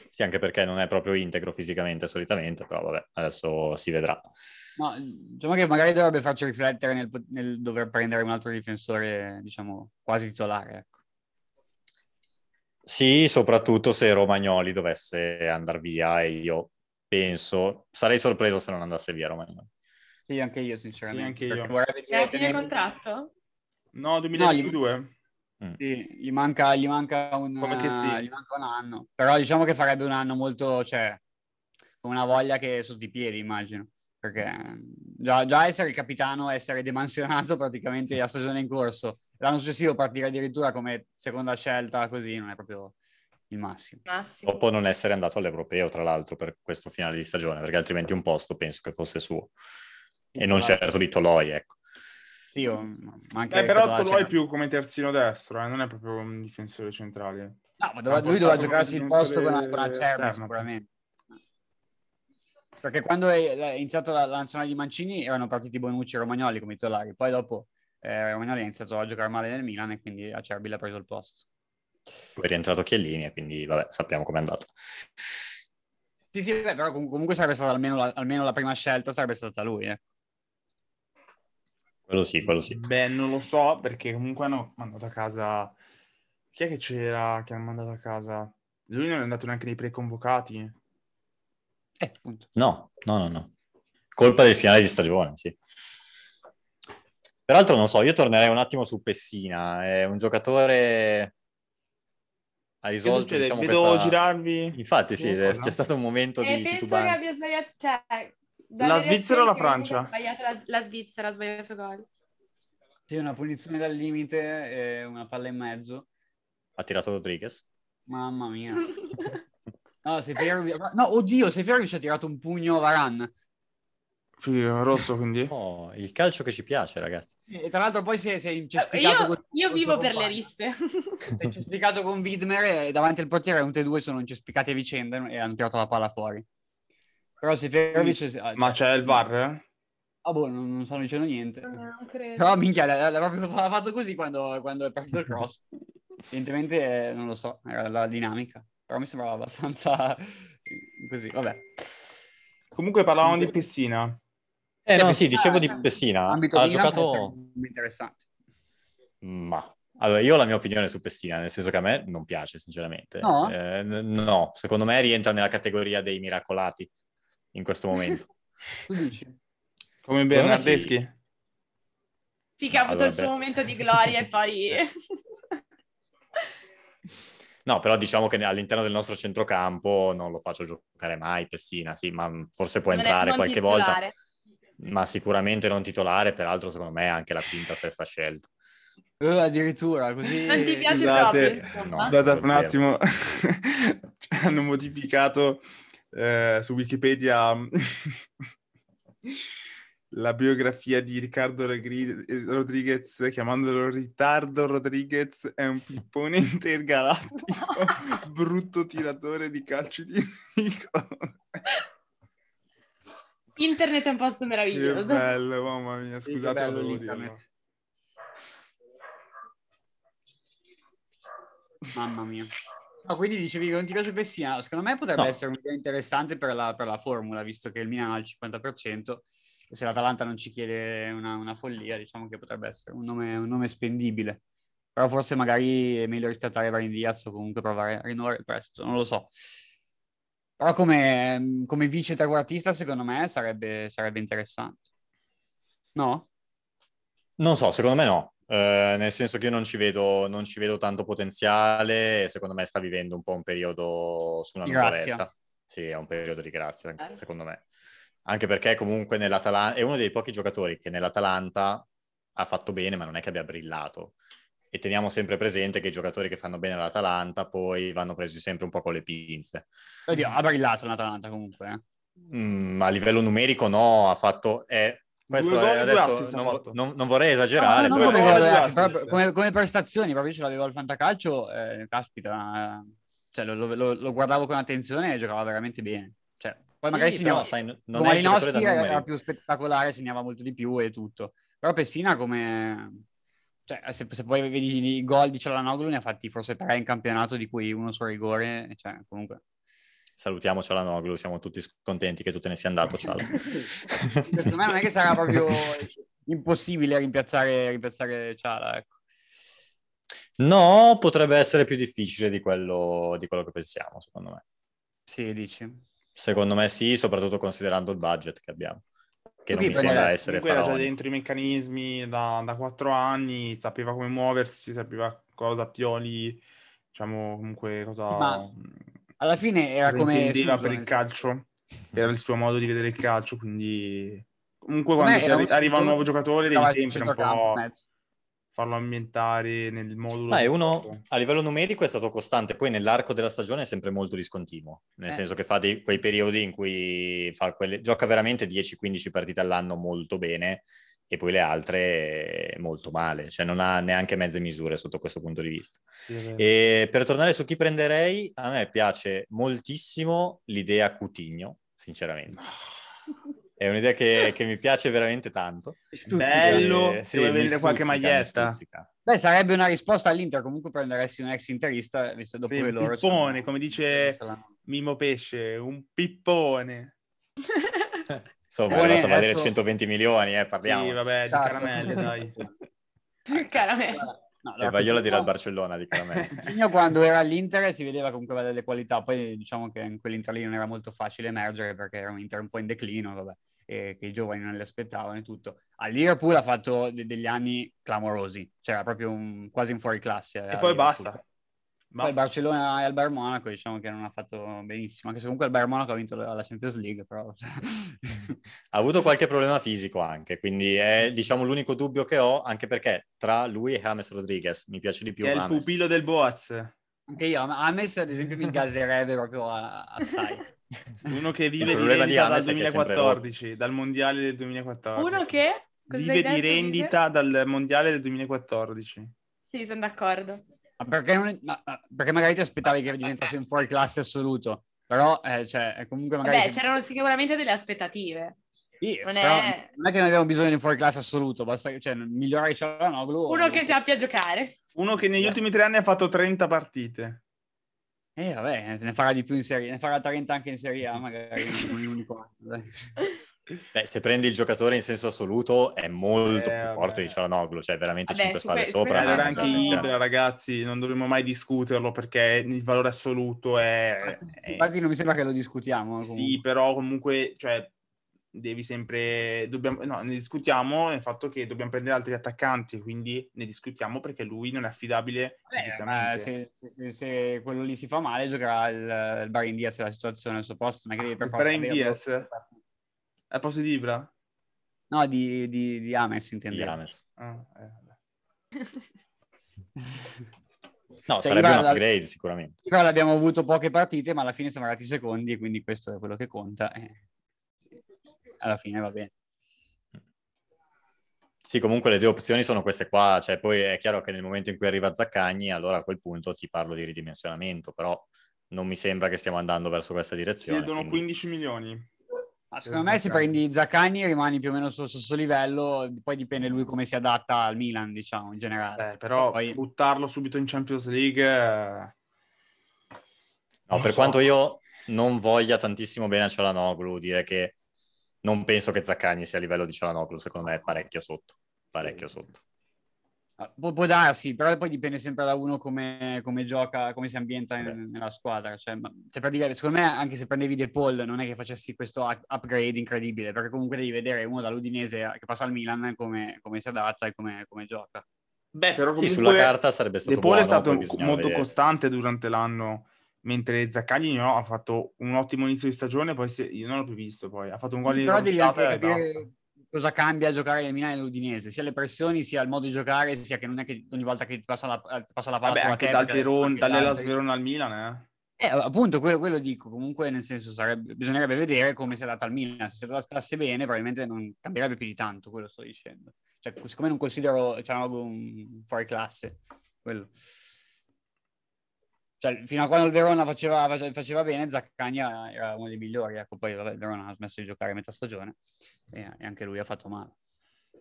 Sì, anche perché non è proprio integro fisicamente solitamente, però vabbè, adesso si vedrà. No, diciamo che magari dovrebbe farci riflettere nel, pot- nel dover prendere un altro difensore, diciamo, quasi titolare, ecco. Sì, soprattutto se Romagnoli dovesse andare via e io penso, sarei sorpreso se non andasse via Romagnoli. Sì, anche io, sinceramente. Sì, anche io. perché vorrei È vedere a fine tenere- contratto? No, 2022. Sì, gli manca, gli manca un, Come che sì. gli manca un anno, però diciamo che farebbe un anno molto, cioè, con una voglia che è sotto i piedi, immagino, perché eh, già, già essere il capitano, essere demansionato praticamente la stagione in corso, l'anno successivo partire addirittura come seconda scelta, così non è proprio il massimo. Massimo. Dopo non essere andato all'Europeo, tra l'altro, per questo finale di stagione, perché altrimenti un posto penso che fosse suo. E non certo di Toloi, ecco. Sì, io, mm, ma anche Eh, però Cotolacci- Toloi è più come terzino destro, eh, non è proprio un difensore centrale. No, ma doveva- lui doveva giocarsi il posto con, con Acerbi Esterno. sicuramente. Perché quando è, è iniziato la, la nazionale di Mancini erano partiti Bonucci e Romagnoli come titolari, poi dopo eh, Romagnoli ha iniziato a giocare male nel Milan e quindi Acerbi l'ha preso il posto. Poi è rientrato Chiellini e quindi, vabbè, sappiamo com'è andato. Sì, sì, beh, però com- comunque sarebbe stata almeno la, almeno la prima scelta, sarebbe stata lui. eh. Quello sì, quello sì. Beh, non lo so, perché comunque hanno mandato a casa... Chi è che c'era che hanno mandato a casa? Lui non è andato neanche nei preconvocati. Eh, appunto. No, no, no, no. Colpa del finale di stagione, sì. Peraltro, non so, io tornerei un attimo su Pessina. È un giocatore... Ha Che risolto, succede? diciamo, Vedo questa- girarvi... Infatti, sì, eh, Cosa? c'è stato un momento E di Eh, penso che titubanza. abbia sbagliato... Cioè, dalle La Svizzera o reazioni la che vedo Francia? ha sbagliato La, la Svizzera ha sbagliato gol. Sì, una punizione dal limite, eh, una palla e mezzo. Ha tirato Rodriguez. Mamma mia. No, Seferovic... no oddio, Seferovic ci ha tirato un pugno a Varane. Figo, rosso quindi? Oh, il calcio che ci piace, ragazzi. E tra l'altro poi si è, si è- ci ha spiegato Eh, io con- io con vivo suo per le compagno. risse. Se ci ho spiegato con Widmer e davanti al portiere un e due sono incespicati a vicenda e hanno tirato la palla fuori. Però se Ferrovic... Ma c'è il VAR? eh? Ah boh, non, non stanno dicendo niente. non credo. Però minchia, l'ha, l'ha proprio l'ha fatto così quando, quando è partito il cross. Evidentemente, eh, non lo so, era la dinamica. Però mi sembrava abbastanza così, vabbè. Comunque parlavamo di Pessina. Eh, Cioè, no, no, sì, sì, dicevo di eh, Ah, Pessina. Ambito Ha Milan può essere giocato... molto interessante. Ma... Allora, io ho la mia opinione su Pessina, nel senso che a me non piace, sinceramente. No? Eh, n- no, secondo me rientra nella categoria dei miracolati in questo momento. Tu dici? Come Secondo me Bernardeschi? Sì, che ha avuto il Allora, suo beh. momento di gloria e poi... No, però diciamo che all'interno del nostro centrocampo non lo faccio giocare mai, Pessina, sì, ma forse può non è- entrare non qualche volta, titolare. ma sicuramente non titolare, peraltro secondo me è anche la quinta, sesta scelta. Eh, addirittura, così... Non ti piace Scusate, proprio, insomma. Ah, no. Aspetta Zero. un attimo, hanno modificato eh, su Wikipedia la biografia di Riccardo Regri- Rodriguez chiamandolo Ritardo Rodriguez, è un pippone intergalattico, brutto tiratore di calci di Nico. Internet è un posto Che meraviglioso. bello, mamma mia, Sì, che scusate, bello lo devo l'internet. dirlo. Mamma mia. No, quindi dicevi che non ti piace Pessina, secondo me potrebbe No. essere un'idea interessante per la, per la formula, visto che il Milan ha il 50%, e se l'Atalanta non ci chiede una, una follia, diciamo che potrebbe essere un nome, un nome spendibile. Però forse magari è meglio riscattare Brian Diaz o comunque provare a rinnovare presto, non lo so. Però come, come vice trequartista, secondo me, sarebbe, sarebbe interessante. No? Non so, secondo me no. Eh, nel senso che io non ci, vedo, non ci vedo tanto potenziale, e secondo me sta vivendo un po' un periodo su una Di grazia. nuvoletta. Sì, è un periodo di grazia, anche- Eh. secondo me. Anche perché comunque nell'Atalanta è uno dei pochi giocatori che nell'Atalanta ha fatto bene, ma non è che abbia brillato. E teniamo sempre presente che i giocatori che fanno bene all'Atalanta poi vanno presi sempre un po' con le pinze. Oddio, ha brillato l'Atalanta comunque. eh. Mm, a livello numerico no, ha fatto... È... Questo Due è- gol e due adesso assist ha non, fatto. non- non vorrei Ah, esagerare, no, no, però- come, però- gol, ragazzi, Sì, proprio- sì. come- come prestazioni, proprio io ce l'avevo al fantacalcio, eh, caspita, eh, cioè, lo, lo- lo guardavo con attenzione e giocava veramente bene. Cioè, poi Sì, magari però, segnava, sai, non- non è il giocatore da Malinowski era, numeri. più spettacolare, segnava molto di più e tutto. Però Pessina come... Cioè, se, se poi vedi i gol di Cialanoglu ne ha fatti forse tre in campionato, di cui uno su rigore, cioè, comunque... Salutiamo Cialanoglu, siamo tutti scontenti che tu te ne sia andato, Cial. Secondo me non è che sarà proprio impossibile rimpiazzare, rimpiazzare Ciala, ecco. No, potrebbe essere più difficile di quello, di quello che pensiamo, secondo me. Sì, dici. Secondo me sì, soprattutto considerando il budget che abbiamo, che non Sì, mi però sembra ragazzi, essere Comunque era già faraonico. dentro i meccanismi da, da quattro anni, sapeva come muoversi, sapeva cosa Pioli, diciamo comunque cosa... mm, Ma Alla fine era cosa come... intendeva Suso, per il nel senso- calcio, era il suo modo di vedere il calcio, quindi comunque Secondo quando me ti era arri- un arriva un Suso nuovo giocatore devi giocava sempre un centrocampo, po' mezzo. farlo ambientare nel modulo. Ma è del uno gioco. a livello numerico è stato costante, poi nell'arco della stagione è sempre molto discontinuo, nel Eh. senso che fa dei- quei periodi in cui fa quelle- gioca veramente 10-15 partite all'anno molto bene e poi le altre molto male, cioè non ha neanche mezze misure sotto questo punto di vista. Sì, è vero. Eh. E per tornare su chi prenderei, a me piace moltissimo l'idea Cutigno, sinceramente. È un'idea che, che mi piace veramente tanto. Bello, Eh, se vuoi mi vendere qualche stuzzica, mi maglietta. stuzzica. Beh, sarebbe una risposta all'Inter comunque prenderesti un ex interista, visto dopo Sì, che un loro... pippone, come dice- Eh, Mimo Pesce, un pippone. Insomma, è Buone, arrivato a valere adesso- 120 milioni, eh, parliamo. Sì, vabbè, di Esatto. caramelle, dai. Caramella. No, E allora, Vagliola dirà Coutinho- al Barcellona di caramelle. Coutinho quando era all'Inter si vedeva comunque aveva delle qualità, poi diciamo che in quell'Inter lì non era molto facile emergere perché era un Inter un po' in declino, vabbè, e che i giovani non le aspettavano e tutto. A Liverpool ha fatto de- degli anni clamorosi, c'era proprio un, quasi un fuoriclasse. E poi basta. Poi il Basta. Barcellona e al Bayern Monaco diciamo che non ha fatto benissimo, anche se comunque il Bayern Monaco ha vinto la la Champions League, però... Ha avuto qualche problema fisico anche, quindi è diciamo l'unico dubbio che ho, anche perché tra lui e James Rodriguez mi piace di più Che è il James. pupillo del Boaz, Anche io, a Ames ad esempio mi gaserebbe proprio a- assai. uno che Il vive di problema rendita di dal James è che è sempre 2014, dal mondiale del 2014. Uno che... Cosa hai vive detto, di Vive? rendita dal mondiale del 2014. Sì, sono d'accordo. Ma perché, non- ma- ma- perché magari ti aspettavi che diventasse un fuori classe assoluto, però eh, cioè, eh, comunque magari... Vabbè, se- c'erano sicuramente delle aspettative. Sì, certo, non non, è- è... non è che non abbiamo bisogno di un fuori classe assoluto, basta che, cioè, migliorare Cialanoglu... Uno che sappia giocare. Uno che negli Beh. ultimi tre anni ha fatto 30 partite. Eh vabbè, ne farà di più in Serie, ne farà 30 anche in Serie A magari, con l'unico eh, anno, dai. Beh, se prendi il giocatore in senso assoluto è molto Eh, più vabbè. forte di Cialanoglu, cioè veramente Vabbè, 5 su spalle que- sopra. quello- no? no, allora anche eh, no, no. Ibra, ragazzi, non dovremmo mai discuterlo perché il valore assoluto è... è- Infatti non mi sembra che lo discutiamo. Eh, Sì, comunque. però comunque, cioè, devi sempre... Dobbiamo, no, ne discutiamo nel fatto che dobbiamo prendere altri attaccanti, quindi ne discutiamo perché lui non è Eh, affidabile Beh, ma fisicamente. se, se- se- se quello lì si fa male, giocherà il, il Barin Diaz la situazione al suo posto. Non è che devi per Il forza Brahim averlo. Diaz? Al posto di Eh, Ibra? No, di, di, di Ames Di intendevo. James. Ah, eh, vabbè. No, Cioè, sarebbe guarda- un upgrade sicuramente. Però l'abbiamo avuto poche partite, ma alla fine siamo arrivati secondi, quindi questo è quello che conta. eh. Alla fine va bene. Sì, comunque le due opzioni sono queste qua, cioè poi è chiaro che nel momento in cui arriva Zaccagni, allora a quel punto ti parlo di ridimensionamento, però non mi sembra che stiamo andando verso questa Ci direzione. chiedono quindi- 15 milioni. Ma secondo me Esatto. se prendi Zaccagni rimani più o meno sullo stesso livello, poi dipende lui come si adatta al Milan, diciamo, in generale. Eh, però Poi- buttarlo subito in Champions League... eh, No, non per so. quanto io non voglia tantissimo bene a Cialanoglu, dire che non penso che Zaccagni sia a livello di Cialanoglu, secondo me è parecchio sotto, parecchio Sì. sotto. Ah, Può, può darsi, però poi dipende sempre da uno come, come gioca, come si ambienta in- Beh. nella squadra. Cioè, ma- cioè, per dire, secondo me, anche se prendevi De Paul, non è che facessi questo up- upgrade incredibile, perché comunque devi vedere uno dall'Udinese a- che passa al Milan come, come si adatta e come, come gioca. Beh, però comunque... Sì, sulla carta sarebbe stato De Paul è buono, stato poi co- bisognava molto vedere. costante durante l'anno, mentre Zaccagni no, ha fatto un ottimo inizio di stagione, poi se- io non l'ho più visto poi, ha fatto un gol Sì, in però devi anche rimontada e basta. capire cosa cambia giocare nel Milan e nell'Udinese, sia le pressioni, sia il modo di giocare, sia che non è che ogni volta che ti passa la, passa la palla Vabbè, sulla anche te, dal perché adesso Verona, anche l'altro- dall'Elas Verona al Milan, eh. Eh, appunto, quello, quello dico. Comunque, nel senso, sarebbe- bisognerebbe vedere come si è data al Milan. Se si adattasse bene, probabilmente non cambierebbe più di tanto, quello sto dicendo. Cioè, siccome non considero Cianoglu un fuori classe, quello. Cioè, fino a quando il Verona faceva, face- faceva bene, Zaccagna era uno dei migliori. Ecco, poi vabbè, il Verona ha smesso di giocare a metà stagione e, e anche lui ha fatto male.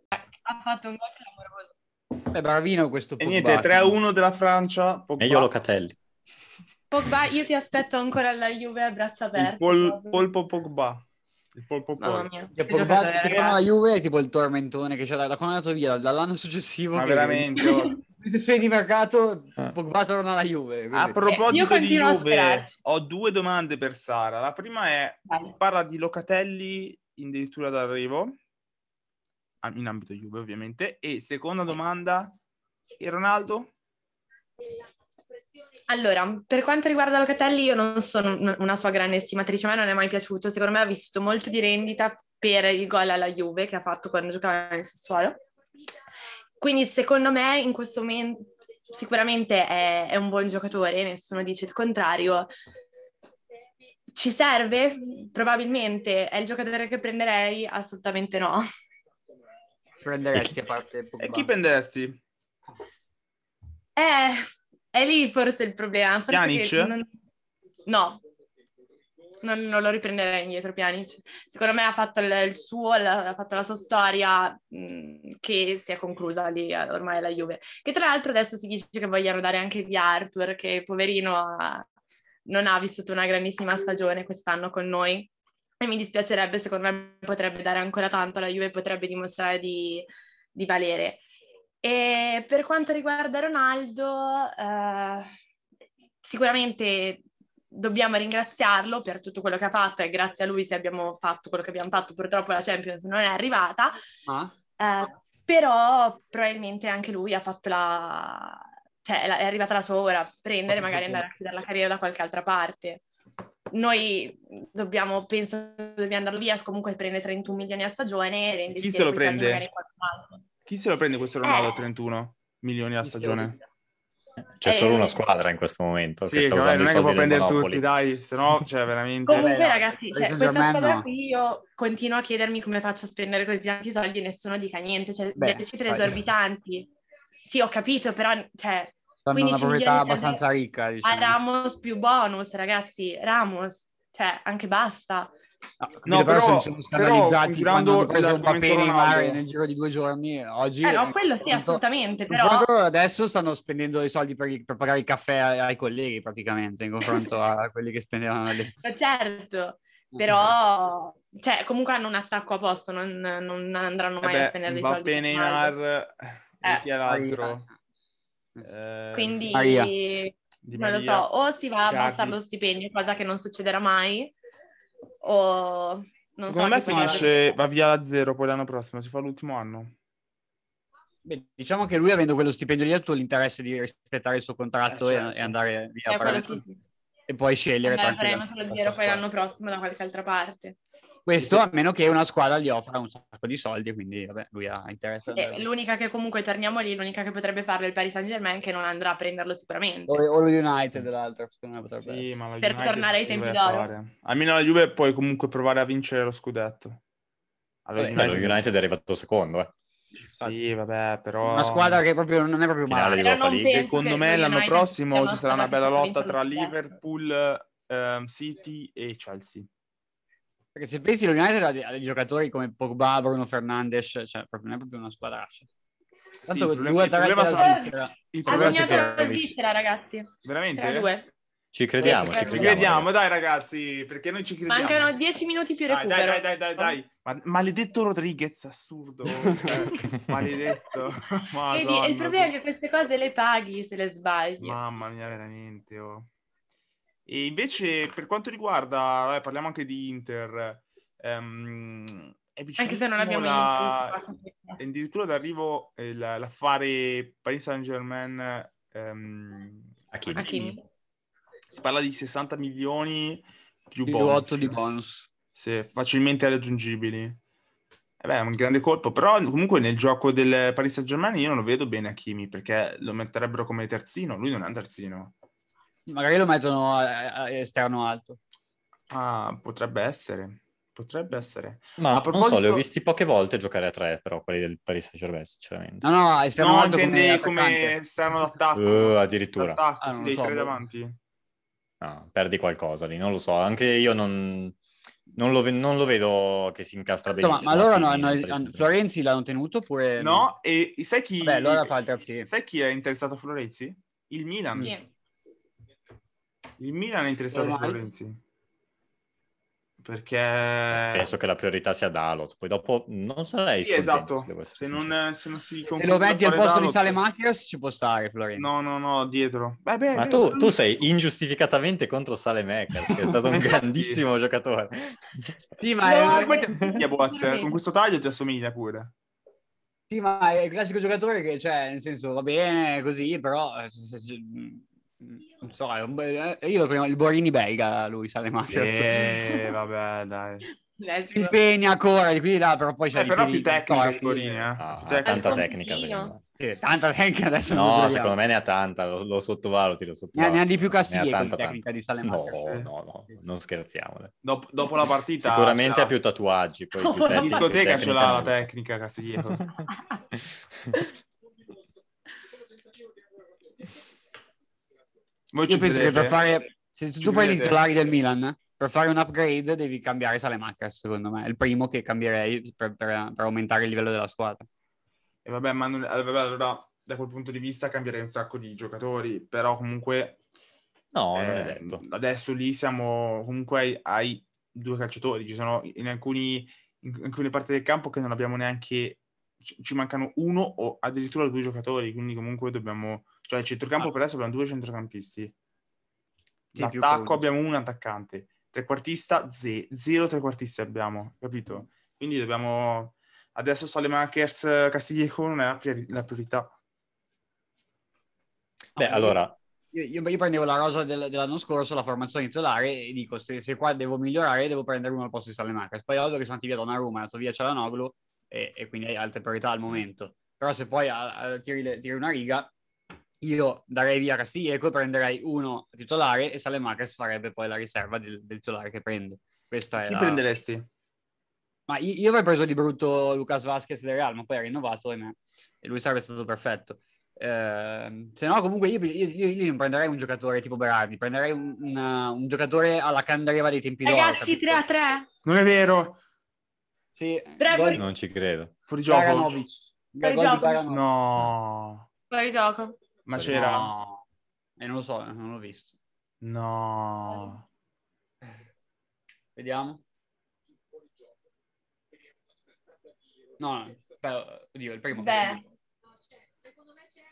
Ha fatto un gol clamoroso. Beh, bravino questo E niente, 3 a 1 della Francia. Pogba, Meglio Locatelli. Pogba, io ti aspetto ancora alla Juve a braccia il aperte. pol- proprio. polpo Pogba. Il polpo Mamma Pogba. mia. Che che Pogba giocatore, che torna alla ragazzi. Juve è tipo il tormentone che c'è da, da quando è andato via, dall'anno successivo. Ma che- veramente. oh. Se sei di mercato, Eh. Pogba torna alla Juve. quindi- A io proposito di continuo a Juve, sperarci. ho due domande per Sara. La prima è, Vai. si parla di Locatelli in dirittura d'arrivo, ah, in ambito Juve ovviamente, e seconda domanda, e Ronaldo? Allora, per quanto riguarda Locatelli, io non sono un- una sua grande estimatrice, a me non è mai piaciuto. Secondo me ha vissuto molto di rendita per il gol alla Juve che ha fatto quando giocava nel Sassuolo. Quindi, secondo me, in questo momento sicuramente è, è un buon giocatore, nessuno dice il contrario. Ci serve? Probabilmente. È il giocatore che prenderei? Assolutamente no. Prenderesti a parte Pogba. E chi prenderesti? Eh, è lì forse il problema. Forse Pjanic? che non- No, non, non lo riprenderei indietro Pjanic. Secondo me ha fatto il, il suo, la- ha fatto la sua storia mh, che si è conclusa lì eh, ormai alla Juve. Che tra l'altro adesso si dice che vogliono dare anche via Arthur, che poverino ha- non ha vissuto una grandissima stagione quest'anno con noi. E mi dispiacerebbe, secondo me potrebbe dare ancora tanto alla Juve, potrebbe dimostrare di, di valere. E per quanto riguarda Ronaldo, eh, sicuramente dobbiamo ringraziarlo per tutto quello che ha fatto e grazie a lui se abbiamo fatto quello che abbiamo fatto. Purtroppo la Champions non è arrivata, Ma? eh, però probabilmente anche lui ha fatto la... cioè la- è arrivata la sua ora, prendere e magari andare a chiudere la carriera da qualche altra parte. Noi dobbiamo, penso, dobbiamo andarlo via, comunque prende 31 milioni a stagione e reinvestire Chi se lo quei soldi prende? magari in qualcun altro. Chi se lo prende questo Ronaldo a Eh. 31 milioni alla Chi se lo stagione? C'è Eh, solo una eh. squadra in questo momento Sì, che sta che vabbè, usando non i è che può soldi del prendere Monopoli. tutti, dai, se no, cioè, veramente... Come- Comunque, no. ragazzi, cioè, Paris questa Saint-Germain squadra no. qui io continuo a chiedermi come faccio a spendere così tanti soldi e nessuno dica niente, cioè Beh, delle cifre fai- esorbitanti. Sì, ho capito, però cioè, Hanno una 15 proprietà milioni di abbastanza ricca, diciamo. a Ramos più bonus, ragazzi, Ramos, cioè anche basta. No, capito, No, però, sono però- però, scandalizzati considerando quando hanno preso un l'argomento papere in mare Ronaldo. nel giro di due giorni. Oggi Eh no, quello sì, quanto- assolutamente, un però... conto adesso stanno spendendo i soldi per, per pagare il caffè ai, ai colleghi praticamente in confronto a quelli che spendevano le... Ma certo, però... Cioè, comunque hanno un attacco a posto, non, non andranno mai a spendere dei va soldi. per bene Ronaldo. Neymar e Eh. chi è l'altro? Eh, Quindi... Maria. Di non lo Maria. so, o si va a Icardi. abbassare lo stipendio, cosa che non succederà mai, o non Secondo so. Eh, me chi poi- finisce, va via la zero poi l'anno prossimo, si fa l'ultimo anno. Beh, diciamo che lui avendo quello stipendio lì ha tutto l'interesse di rispettare il suo contratto Eh, e- certo. e, andare via Eh, per- quello sì, sì. e poi scegliere Andare a tranquillamente prendere lo la zero sua poi squadra. l'anno prossimo da qualche altra parte. Questo a meno che una squadra gli offra un sacco di soldi, quindi vabbè, lui ha interesse. ad Eh, andare. l'unica che comunque torniamo lì, l'unica che potrebbe farlo è il Paris Saint Germain che non andrà a prenderlo sicuramente. O, o lo United, l'altro, secondo me potrebbe Sì, essere. ma la Per United tornare ai cosa tempi deve d'oro. fare? Almeno la Juve puoi comunque provare a vincere lo scudetto. Allora, Vabbè, Eh, lo United è arrivato secondo, eh. Sì, vabbè, però... Una squadra che proprio non è proprio Finale male. di- Europa non League. penso Secondo che me lo l'anno United prossimo sia ci una sarà una squadra bella che lotta vince tra lo scudetto. Liverpool, ehm, City e Chelsea. Perché se pensi lo United ha dei, ha dei giocatori come Pogba, Bruno Fernandes, cioè proprio non è proprio una squadraccia. Sì, Tanto il problema- due il problema attaccati sono- della Svizzera. Il Ah, Ha problema sì, è sì, segnato la sì. Svizzera, ragazzi. Tra veramente? due. Ci crediamo, Sì, sì, ci Ci crediamo. Eh, crediamo, dai ragazzi, perché noi ci crediamo. Mancano 10 minuti più Dai, recupero. dai, dai, dai, dai, dai. Ma- maledetto Rodriguez, assurdo. Eh, maledetto. Vedi, Madonna, il problema è che queste cose le paghi se le sbagli. Mamma mia, veramente. oh. E invece, per quanto riguarda, eh, parliamo anche di Inter. ehm, è Anche se non abbiamo vicinissimo la- niente. è addirittura d'arrivo eh, la- l'affare Paris Saint Germain. Ehm, Hakimi. Hakimi. Si parla di 60 milioni più, Più bonus. 8 di bonus. Sì, facilmente raggiungibili. Eh beh, è un grande colpo, però comunque nel gioco del Paris Saint-Germain io non lo vedo bene Hakimi, perché lo metterebbero come terzino, lui non è un terzino. Magari lo mettono a- a- esterno alto. Ah, potrebbe essere. Potrebbe essere. A Ma non so, proposito- li ho visti poche volte giocare a tre, però quelli del Paris Saint-Germain, sinceramente. No, no, esterno no, alto come, intendi come attaccante. esterno d'attacco. Eh, addirittura. D'attacco, Ah, sì, non dei lo so, tre boh. davanti. No, perdi qualcosa lì, non lo so. Anche io non, non lo, ve- non lo vedo che si incastra Insomma, benissimo. ma loro alla no, fine, hanno- nel Paris hanno- Saint-Germain. Florenzi l'hanno tenuto oppure... No, e e sai chi... Vabbè, allora fa il terzino. Sai chi è interessato a Florenzi? Il Milan. Chi? Il Milan è interessato a Ormai. Florenzi. Perché... Penso che la priorità sia Dalot. Poi dopo non sarei Sì, scontento, esatto. devo essere Se sincero. non, se non si Se conclude lo da metti al fare posto di Dalot- Salemakers ci può stare Florenzi. cioè, No, no, no, dietro. eh, Vabbè, Ma tu, tu sei ingiustificatamente contro Sale Makers, che è stato un grandissimo giocatore. Sì, ma No, è, Eh, poi ti assomiglia, Boaz, con questo taglio ti assomiglia pure. sì, ma è il classico giocatore che, cioè, nel senso, va bene così, però... eh, se- se- se- non so, è un bel- eh, io lo chiamo il Borini belga, lui, Salemakers. Eh, vabbè, dai. Si Leggero. impegna, corre di qui Cioè, di là, però poi c'è Eh, il però più piedi, tecnica di corpi. Borini, eh. Ah, Più ha tanta Al tecnica, frontino. secondo me. Sì, tanta tecnica adesso non No, lo secondo troviamo. me ne ha tanta, lo, lo sottovaluti, Ne lo ha, sottovaluti. ne ha di più Ne ha Cassie con tanta, la tecnica di tanta. No, Salemaker. Sì. no, no, non scherziamo. dai. Dopo, dopo la partita... Sicuramente ce ha l'ha. più tatuaggi. Poi più Oh, la In tecnica, più discoteca ce l'ha la tecnica, tecnica, Castiglieco. non lo so. Voi ci Io penso che credete? per fare... Se Ci tu prendi i credete? titolari del Milan, per fare un upgrade devi cambiare Salemaker, secondo me. È il primo che cambierei per, per- per aumentare il livello della squadra. E vabbè, ma non- eh, vabbè, allora da quel punto di vista cambierei un sacco di giocatori, però comunque No, non è eh, detto. adesso lì siamo comunque ai, ai due calciatori, ci sono in, alcuni, in alcune parti del campo che non abbiamo neanche, ci ci mancano uno o addirittura due giocatori, quindi comunque dobbiamo, cioè il centrocampo Ah. per adesso abbiamo due centrocampisti, Sì, più che uno. l'attacco abbiamo un attaccante, trequartista ze- zero trequartisti abbiamo, capito? Quindi dobbiamo, adesso Salemakers, Castiglieco non è la priori- la priorità. Beh, allora, Io, io- io prendevo la rosa del- dell'anno scorso, la formazione titolare, e dico: se, se qua devo migliorare, devo prendere uno al posto di Salemaker. Poi è ovvio che sono andati via Donnarumma, è andato via Cialanoglu, e, e quindi hai altre priorità al momento. Però se poi a- a- tiri, le- tiri una riga, io darei via Castiglieco e prenderei uno titolare, e Salemaker farebbe poi la riserva del, del titolare che prende. Questa è Chi la- prenderesti? Ma io, io avrei preso di brutto Lucas Vasquez del Real, ma poi ha rinnovato ahimè, e lui sarebbe stato perfetto. Ehm, se no, comunque, io, io, io- io non prenderei un giocatore tipo Berardi, prenderei un, una- un giocatore alla Candareva dei tempi d'oro. Ragazzi, capito? 3 a 3. Non è vero, Sì, tre gol per- di non ci credo. fuori gioco. Baranovic. Per Gol di gioco. Baranovic. No, Fuori gioco. ma Per- c'era. No. No. Eh, non lo so, non l'ho visto. Vediamo. No, no, beh, oddio, il primo. Beh.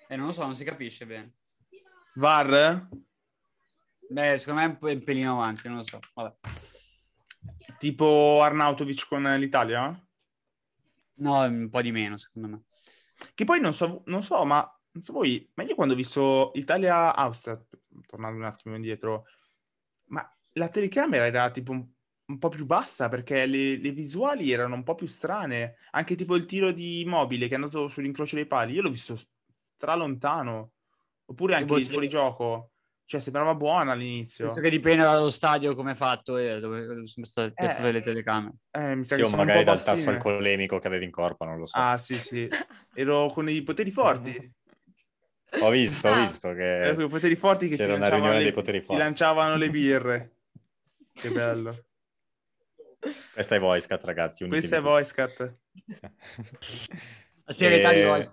Eh, non lo so, non si capisce bene. VAR? Beh, secondo me è un po' un pelino avanti, non lo so. Vabbè. Tipo Arnautovic con l'Italia? No, un po' di meno, secondo me. Che poi non so, non so, ma non so voi, ma io quando ho visto Italia-Austria, tornando un attimo indietro, ma la telecamera era tipo un, un po' più bassa perché le, le visuali erano un po' più strane. Anche tipo il tiro di Immobile che è andato sull'incrocio dei pali, io l'ho visto stralontano. Oppure anche boh, il sì. fuorigioco, cioè sembrava buona all'inizio. Penso che dipende dallo stadio come è fatto e dove sono state piazzate Eh. le telecamere. Eh, mi sa Sì, che o sono un magari po' dal tasso bassine. alcolemico che avevi in corpo, non lo so. Ah, sì, sì. Ero con i Eh. poteri forti. Ho visto, ho Ah. visto Ero con che... i poteri forti che si Eh. C'era una lanciavano riunione le- dei poteri si forti. lanciavano le birre. Che bello. Questa è voice cut, ragazzi. unitevi Questa è tutti. voice cut. La serietà di Eh, Voice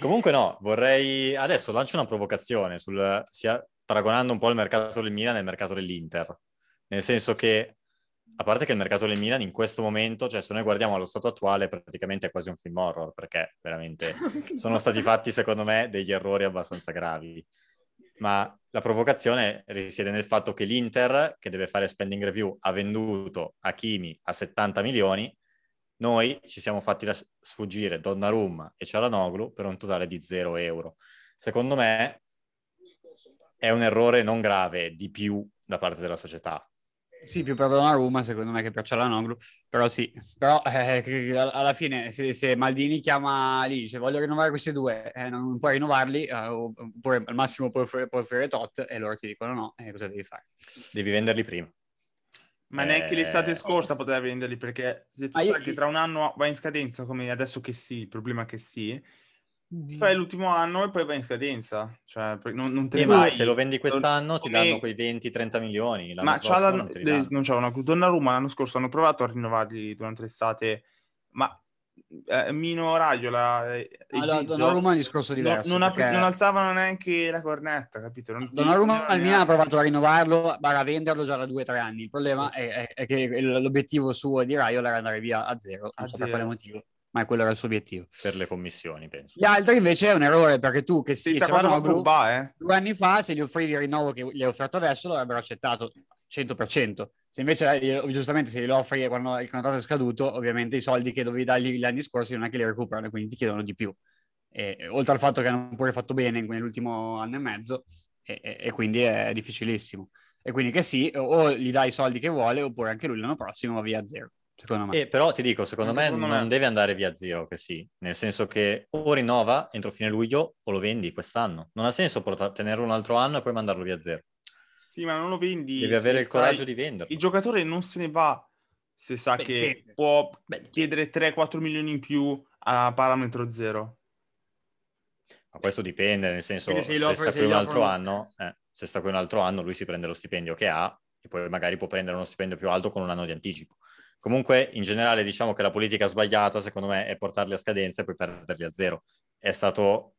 Comunque no, vorrei... Adesso lancio una provocazione, sul... sia paragonando un po' il mercato del Milan e il mercato dell'Inter. Nel senso che, a parte che il mercato del Milan in questo momento, cioè se noi guardiamo allo stato attuale, praticamente è quasi un film horror, perché veramente sono stati fatti, secondo me, degli errori abbastanza gravi. Ma la provocazione risiede nel fatto che l'Inter, che deve fare spending review, ha venduto Hakimi a 70 milioni. Noi ci siamo fatti las- sfuggire Donnarumma e Cialanoglu per un totale di 0 euro. Secondo me è un errore non grave di più da parte della società. Sì, più per Donnarumma secondo me che per Cialanoglu, però sì, però eh, alla fine se, se Maldini chiama lì, dice voglio rinnovare questi due, eh, non puoi rinnovarli, eh, oppure al massimo puoi offrire, puoi offrire tot e loro ti dicono no, e cosa devi fare? Devi venderli prima. Ma Eh, neanche l'estate scorsa poteva venderli perché se tu Ah, io- sai che tra un anno va in scadenza, come adesso che sì, il problema è che sì, ti fai l'ultimo anno e poi va in scadenza. Cioè, per- non, non te Eh, ne ma vai. se lo vendi quest'anno ti Come- danno quei 20-30 milioni. l'anno Ma prossimo Çalan- non te li de- danno. non c'erano Donnarumma l'anno scorso, hanno provato a rinnovarli durante l'estate, ma eh, Mino Raiola e e Allora, Gigio Ah, Donnarumma è un discorso no- diverso, non, ap- perché- Ah, non alzavano neanche la cornetta, capito? Non- Donnarumma neanche- al Milan ha provato a rinnovarlo, a venderlo già da due o tre anni, il problema è, è- è che il- l'obiettivo suo di Raiola era andare via a zero, non A so zero. per quale motivo, ma quello era il suo obiettivo. Per le commissioni, penso. Gli altri invece è un errore, perché tu che sì, cioè, Stessa cosa con Cialanoglu- Pogba, eh. due anni fa, se gli offrivi il rinnovo che gli hai offerto adesso, lo avrebbero accettato 100%. Se invece, eh, giustamente, se glielo offri quando il contratto è scaduto, ovviamente i soldi che dovevi dargli gli anni scorsi non è che li recuperano, quindi ti chiedono di più. E, e, oltre al fatto che hanno pure fatto bene in- nell'ultimo anno e mezzo, e, e- e quindi è difficilissimo. E quindi che sì, o- o gli dai i soldi che vuole, oppure anche lui l'anno prossimo va via a zero, secondo me. Eh, però ti dico, secondo Anche me secondo non me. deve andare via zero, che sì, nel senso che o rinnova entro fine luglio o lo vendi quest'anno. Non ha senso porta- tenerlo un altro anno e poi mandarlo via zero. Sì, ma non lo vendi. Devi se avere il sai- coraggio di venderlo. Il giocatore non se ne va se sa Beh, che dipende. può Beh, chiedere 3-4 milioni in più a parametro zero. Ma questo dipende, nel senso Quindi se se, lo offre- sta se qui un gli altro offrono- anno, eh, se sta qui un altro anno, lui si prende lo stipendio che ha e poi magari può prendere uno stipendio più alto con un anno di anticipo. Comunque, in generale, diciamo che la politica sbagliata, secondo me, è portarli a scadenza e poi perderli a zero. È stato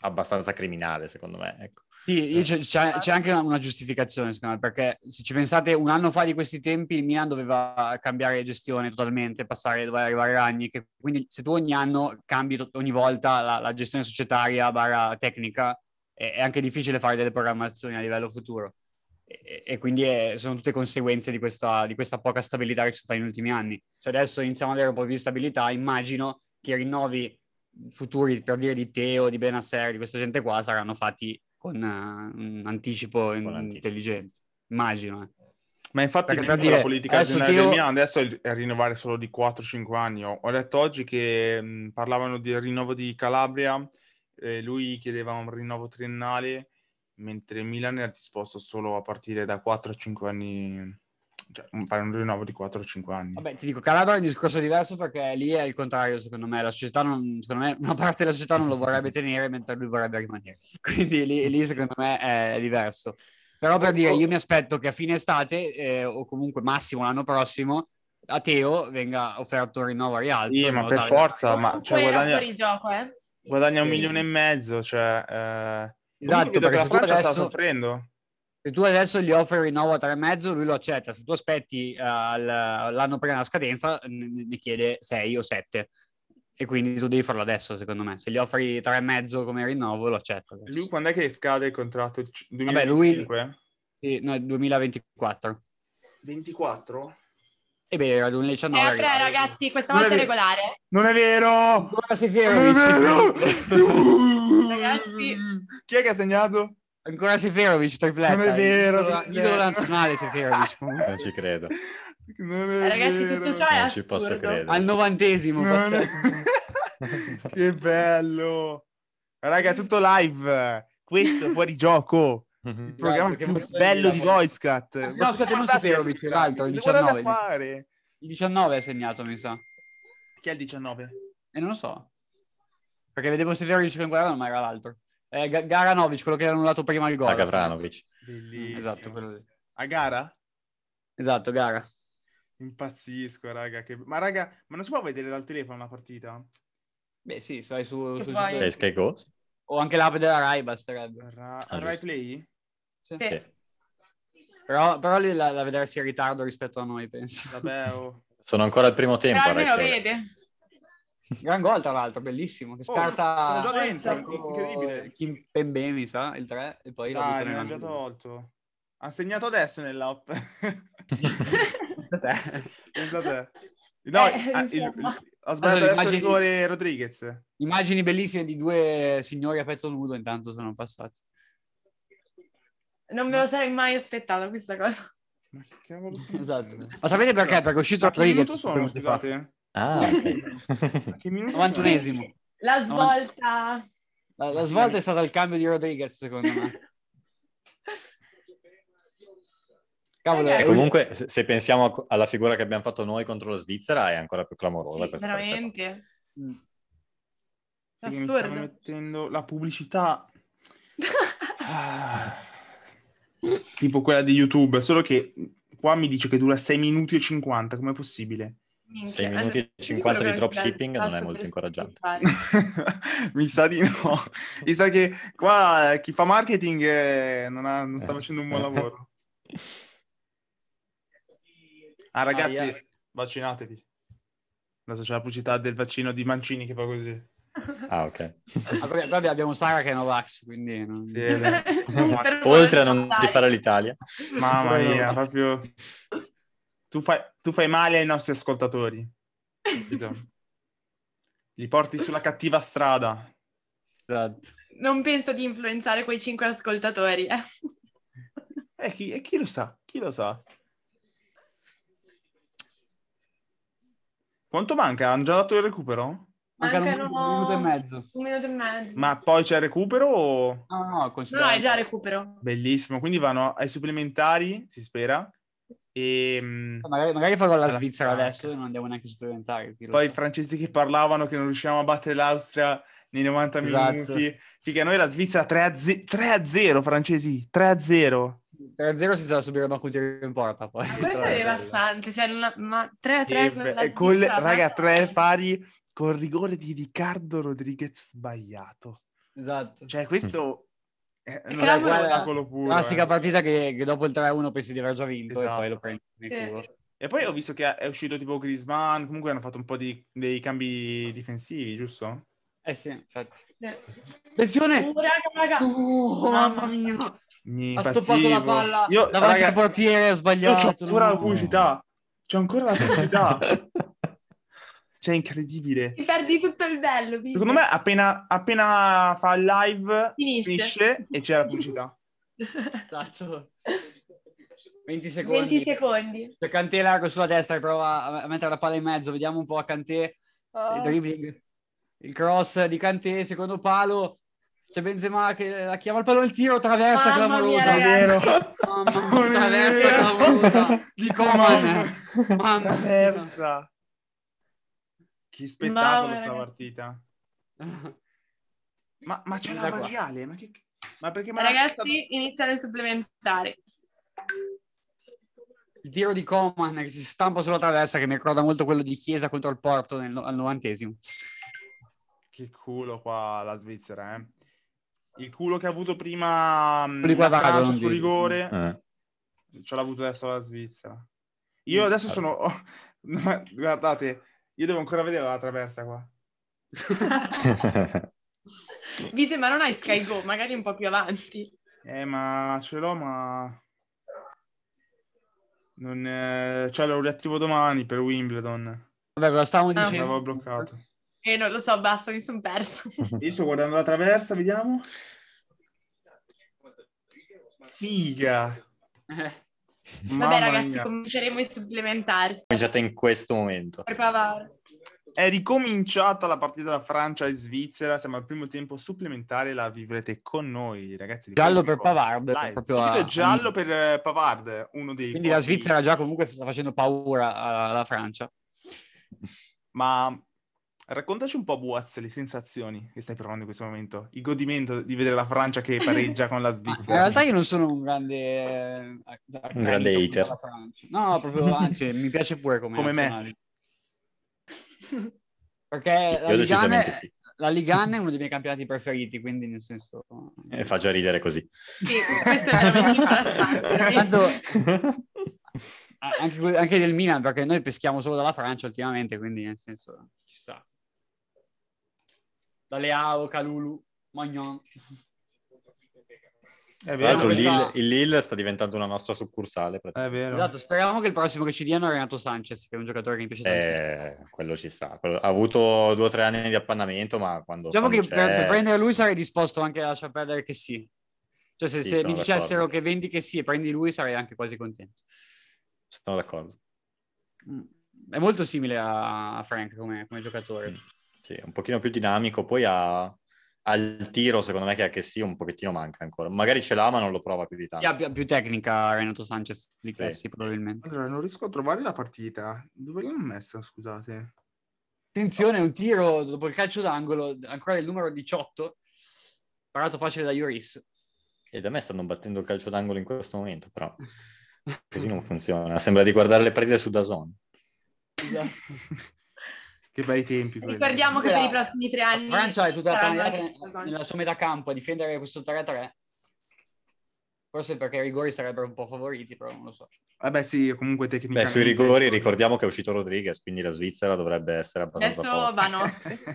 abbastanza criminale, secondo me. Ecco. Sì, io c'è, c'è- c'è anche una, una giustificazione, secondo me, perché se ci pensate, un anno fa di questi tempi il Milan doveva cambiare gestione totalmente, passare dove arrivare Ragni, che quindi se tu ogni anno cambi to- ogni volta la, la gestione societaria barra tecnica, è, è anche difficile fare delle programmazioni a livello futuro. E, e quindi è- sono tutte conseguenze di questa, di questa poca stabilità che c'è stata negli ultimi anni. Se adesso iniziamo ad avere un po' più di stabilità, immagino che i rinnovi futuri, per dire di Teo, di Benasser, di questa gente qua, saranno fatti con eh, un anticipo in- anticipo. intelligente. Immagino. eh. Ma infatti Perché questa per è dire, la politica adesso generale Teo- del Milan adesso è è rinnovare solo di 4-5 anni. Ho, ho letto oggi che mh, parlavano del rinnovo di Calabria, eh, lui chiedeva un rinnovo triennale, mentre Milan era disposto solo a partire da 4-5 anni, cioè un- fare un rinnovo di 4-5 anni. Vabbè, ti dico, Calabria è un discorso diverso perché lì è il contrario, secondo me. La società non, secondo me, una parte della società non lo vorrebbe tenere, mentre lui vorrebbe rimanere. Quindi lì, lì, secondo me, è diverso. Però per dire, io mi aspetto che a fine estate, eh, o comunque massimo l'anno prossimo, a Teo venga offerto un rinnovo a rialzo. Sì, in ma modo per tale- forza, ma Comunque cioè, era guadagna, fuori gioco, eh. guadagna un Sì. milione e mezzo, cioè... eh, Esatto, comunque vedo perché che la se tu Francia sta adesso- soffrendo. Se tu adesso gli offri il rinnovo a tre e mezzo, lui lo accetta. Se tu aspetti eh, al- l'anno prima della scadenza, ne ne chiede 6 o 7. E quindi tu devi farlo adesso, secondo me. Se gli offri tre e mezzo come rinnovo, lo accetta. adesso. Lui quando è che scade il contratto? C- Vabbè, lui- 2025? Sì, no, è 2024. 24? E beh, era E 2019. a tre, arriva. ragazzi, questa Non volta è è vero. regolare. Non è vero! Ancora sei Non è vero! Ferovic. Ragazzi. Chi è che ha segnato? Ancora sei Ferovic, tripletta. Non è vero, eh. Idolo, non è idolo vero. nazionale sei Ferovic. comunque. Non ci credo. Non Eh, è Ragazzi, vero. tutto ciò è Non ci posso assurdo. credere. Al novantesimo. Non è- pazzesco. che bello! Raga, è tutto live. Questo è fuori gioco. Mhm. Il programma Esatto, che più possiamo bello dire, di ma- Voicecat. No, scusate, non si Ferovic, l'altro, il 19. a fare? Il 19 è segnato, mi sa. Chi è il 19? E non lo so. Perché vedevo Severovic che inquadravano, ma era l'altro. Eh, Ga- Garanovic, quello che era annullato prima il gol. A Ah, Gavranovic. Bellissimo. Esatto, quello lì. A gara? Esatto, Gara. Impazzisco, raga. che- Ma raga, ma non si può vedere dal telefono la partita? Beh sì, se vai su, Che sul poi- sito- Sei Sky Go? Sì. O anche l'app della Rai basterebbe. Ra- Ah, Rai giusto. Play? Sì. Sì. Però, però lì la, la vedersi in ritardo rispetto a noi, penso. Vabbè, oh. Sono ancora al primo tempo. Però almeno Rai Play. vede. Gran gol, tra l'altro, bellissimo. Che Oh, scarta... sono già dentro, con incredibile. Kim Pembe, mi sa, il 3, e poi l'ha Dai, avuto ne ha nella- già tolto. Ha segnato adesso nell'app. Pensa te. Pensa te. No, Eh, ha, il- insomma. ha sbagliato adesso il immagini- rigore Rodriguez. Immagini bellissime di due signori a petto nudo, intanto sono passati. Non me lo sarei mai aspettato questa cosa. Ma che cavolo sta Esatto. dicendo? Ma sapete perché? Perché è uscito A che Rodriguez minuto due sono, minuti fa. scusate? Ah, A che minuto sono? 91esimo. La svolta. La, la svolta è stata il cambio di Rodriguez, secondo me. Cavolo, Ragazzi. è- comunque, se se pensiamo a- alla figura che abbiamo fatto noi contro la Svizzera, è ancora più clamorosa. Sì, questa partita veramente. Mm. Perché mi stanno Assurdo. mettendo la pubblicità ah, tipo quella di YouTube, solo che qua mi dice che dura 6 minuti e 50, com'è possibile? Minchia, Sei minuti e allora, 50 di sicuro che non si dà il dropshipping non è tasto molto per incoraggiante. sviluppare. mi sa di no. Mi sa che qua eh, chi fa marketing eh, non, ha- non sta facendo un buon lavoro. Ah ragazzi, Aia. vaccinatevi. Adesso c'è la pubblicità del vaccino di Mancini che fa così. qua. Ah, ok. Ah, poi- poi abbiamo Sara che è Novax, quindi... non- Sì, è vero. Per Oltre a non favore, tifare l'Italia. Mamma mia, proprio... Tu fai, tu fai male ai nostri ascoltatori. capito? Li porti sulla cattiva strada. Esatto. Non penso di influenzare quei cinque ascoltatori. eh. E chi, e chi lo sa? Chi lo sa? Quanto manca? Hanno già dato il recupero? Mancano un, Mancano- minuto e mezzo. Un minuto e mezzo. Ma poi c'è il recupero o... No, no, no, No, no, considera- è già recupero. Bellissimo, quindi vanno ai supplementari, si spera, e mm, Magari, magari farò la Alla Svizzera stanca. adesso e non andiamo neanche supplementari. chi lo poi i sa. francesi che parlavano che non riuscivamo a battere l'Austria nei 90 Esatto. minuti, finché noi la Svizzera 3 a, 0, francesi, 3 a 0. 3-0 si sarà subito battuto in porta poi. Ma questo è devastante. Cioè, non ha- ma 3 a 3 E, col, raga, tre pari col rigore di Riccardo Rodriguez sbagliato. Esatto. Cioè, questo è È un clamoroso. spettacolo puro. Mm. Classica eh. partita che, che dopo il 3-1 pensi di aver già vinto Esatto. e poi lo prendi nel Sì. culo. E poi ho visto che è uscito tipo Griezmann, comunque hanno fatto un po' di, dei cambi difensivi, giusto? Eh sì, infatti. Uh, Attenzione! raga, raga. Oh, mamma mia! Mi Ha stoppato la impazzivo. palla Io, davanti raga, al portiere, ha io c'ho sbagliato. ancora la no. pubblicità. C'ho ancora la pubblicità. cioè, è incredibile. Ti perdi tutto il bello. Vito. Secondo me appena, appena fa il live Finisce. finisce e c'è la pubblicità. 20 secondi. 20 secondi. C'è Kanté largo sulla destra che prova a- a mettere la palla in mezzo, vediamo un po' a Kanté, Oh. il dribbling, il cross di Kanté, secondo palo, c'è Benzema che la chiama al palo, il tiro, traversa Mamma mia, clamorosa. È vero. Mamma mia, traversa clamorosa di Coman. Mamma mia. Traversa. Che spettacolo Mamma sta mia. partita. Ma, ma c'è la Da qua. magiale? Ma, che... ma perché me l'ha portata- Ragazzi, iniziano i supplementari. Il tiro di Coman che si stampa sulla traversa che mi ricorda molto quello di Chiesa contro il Porto nel, al novantesimo. Che culo qua la Svizzera, eh. Il culo che ha avuto prima mh, Di la Quadrado, Francia non sul dico. rigore, Eh. ce l'ha avuto adesso la Svizzera. Io adesso Vabbè. sono... oh, no, guardate, io devo ancora vedere la traversa qua. Eh. Vite, ma non hai Sky Go, magari un po' più avanti. Eh, ma ce l'ho, ma... Non... eh, Cioè, lo riattivo domani per Wimbledon. Vabbè, lo stavamo Ah. dicendo. L'avevo bloccato. E Eh, non lo so, basta, mi sono perso. Io sto guardando la traversa, vediamo. Figa! Eh. Vabbè, Mamma ragazzi, mia. cominceremo i supplementari. Cominciata in questo momento. Per Pavaro. È ricominciata la partita da Francia e Svizzera, siamo al primo tempo supplementare, la vivrete con noi, ragazzi. Giallo per Pavard. Live. proprio Subito a- giallo per eh, Pavard, uno dei... Quindi la pochi- Svizzera già comunque sta facendo paura alla Francia. Ma raccontaci un po', Buaz, le sensazioni che stai provando in questo momento, il godimento di vedere la Francia che pareggia con la Ma in Svizzera. realtà io non sono un grande, eh, accanito grande per hater. la Francia. No, proprio, anzi, mi piace pure come, Come me. nazionale. Perché Eh, la Ligane, Io decisamente sì. la Ligane è uno dei miei campionati preferiti, quindi nel senso... E fa già ridere così. Sì, questo è veramente interessante. Tanto- anche, que- anche del Milan, perché noi peschiamo solo dalla Francia ultimamente, quindi nel senso ci sta. Da Leao, Calulu, Magnon. È Tra l'altro vero, il questa- Lille, il Lille sta diventando una nostra succursale. praticamente. è vero. Esatto, speriamo che il prossimo che ci diano è Renato Sanchez, che è un giocatore che mi piace tantissimo. Eh, quello ci sta. Quello- Ha avuto due o tre anni di appannamento, ma quando... Diciamo che quando per, c'è- per prendere lui sarei disposto anche a lasciar perdere che sì. Cioè, se, se Sì, sono mi d'accordo. dicessero che vendi che sì e prendi lui, sarei anche quasi contento. Mm. Sono d'accordo. È molto simile a a Frank come, come Mm. giocatore. Sì, è un pochino più dinamico, poi ha, ha il tiro, secondo me, che ha che sì, un pochettino manca ancora. Magari ce l'ha, ma non lo prova più di tanto. Ha più, più tecnica Renato Sanchez di Sì. Cassi, probabilmente. Allora, non riesco a trovare la partita. Dove l'hanno messa, scusate? Attenzione, un tiro dopo il calcio d'angolo, ancora il numero 18, parato facile da Ioris. E da me stanno battendo il calcio d'angolo in questo momento, però così non funziona. Sembra di guardare le partite su Dazon. Che bei tempi quelli. Ricordiamo che per i prossimi tre anni... La Francia è tutta sarà tagliata anche Dazon. nella sua metà campo a difendere questo 3-3. Forse perché i rigori sarebbero un po' favoriti, però non lo so. Vabbè, sì, comunque Beh, tecnicamente... sui rigori ricordiamo che è uscito Rodriguez, quindi la Svizzera dovrebbe essere abbastanza Adesso a posto.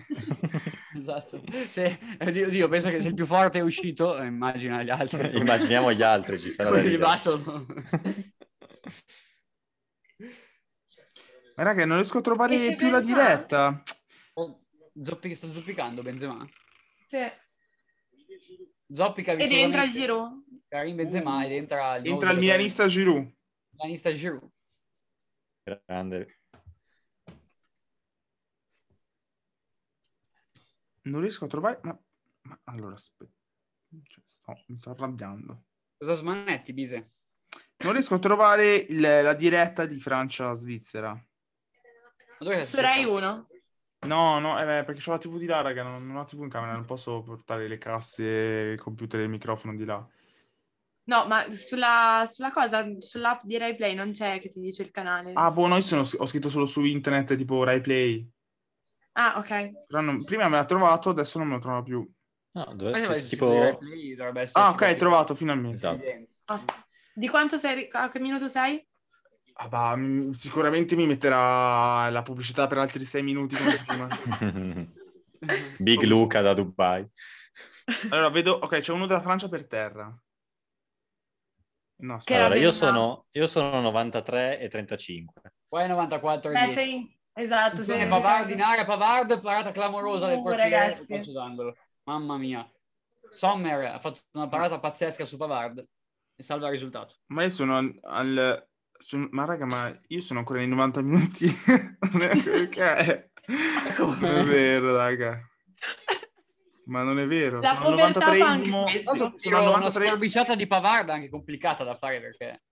va no. Esatto. Se, oddio, oddio, penso che se il più forte è uscito, eh, immagina gli altri. come- Immaginiamo gli altri, ci sarà da come li ridere. battono. Ma raga, non riesco a E trovare se più la Benzema- diretta. Oh, Zoppi- sta zoppicando Benzema. Sì. Zoppica Ed vistosamente entra Giroud. Karim Benzema ed entra il, nuovo Entra il giocatore- milanista Giroud. milanista Giroud. Grande. Non riesco a trovare... Ma, ma allora, aspetta. Cioè, sto- mi sto arrabbiando. Cosa smanetti, Bise? Non riesco a trovare il- la diretta di Francia-Svizzera. Ma dove sei Su stato? Rai 1. No, no, eh, beh, perché c'ho la TV di là, raga, non, non ho la TV in camera, non posso portare le casse, il computer e il microfono di là. No, ma sulla, sulla cosa, sull'app di Rai Play non c'è che ti dice il canale. Ah, boh, no, io sono- ho scritto solo su internet, tipo Rai Play. Ah, ok. Però non- prima me l'ha trovato, adesso non me lo trovo più. No, dovrebbe Forse essere vai sul tipo... sito di Rai Play, dovrebbe essere Ah, tipo- ok, trovato, finalmente. Esatto. Ah. Di quanto sei? A che minuto sei? Ah, bah, mm, sicuramente mi metterà la pubblicità per altri sei minuti come prima. Big Luca da Dubai. Allora, vedo, ok, c'è uno della Francia per terra. No, Che aspetta. Allora, io bella. sono, io sono 93 e 35. Qua è 94 e Beh, 10. Eh, sei... Esatto, sei Attenzione, in Pavard in ritardo. area, Pavard, parata clamorosa del Uh, portiere ragazzi. sul calcio d'angolo. Mamma mia. Sommer ha fatto una parata pazzesca su Pavard e salva il risultato. Ma io sono al... al- sono- ma raga, ma io sono ancora nei 90 minuti. non è ok. Non è vero, raga. Ma non è vero. La sono al povertà fa anche 93esimo. questo. Sono al Tiro, una 93esimo. sforbiciata di Pavard anche complicata da fare perché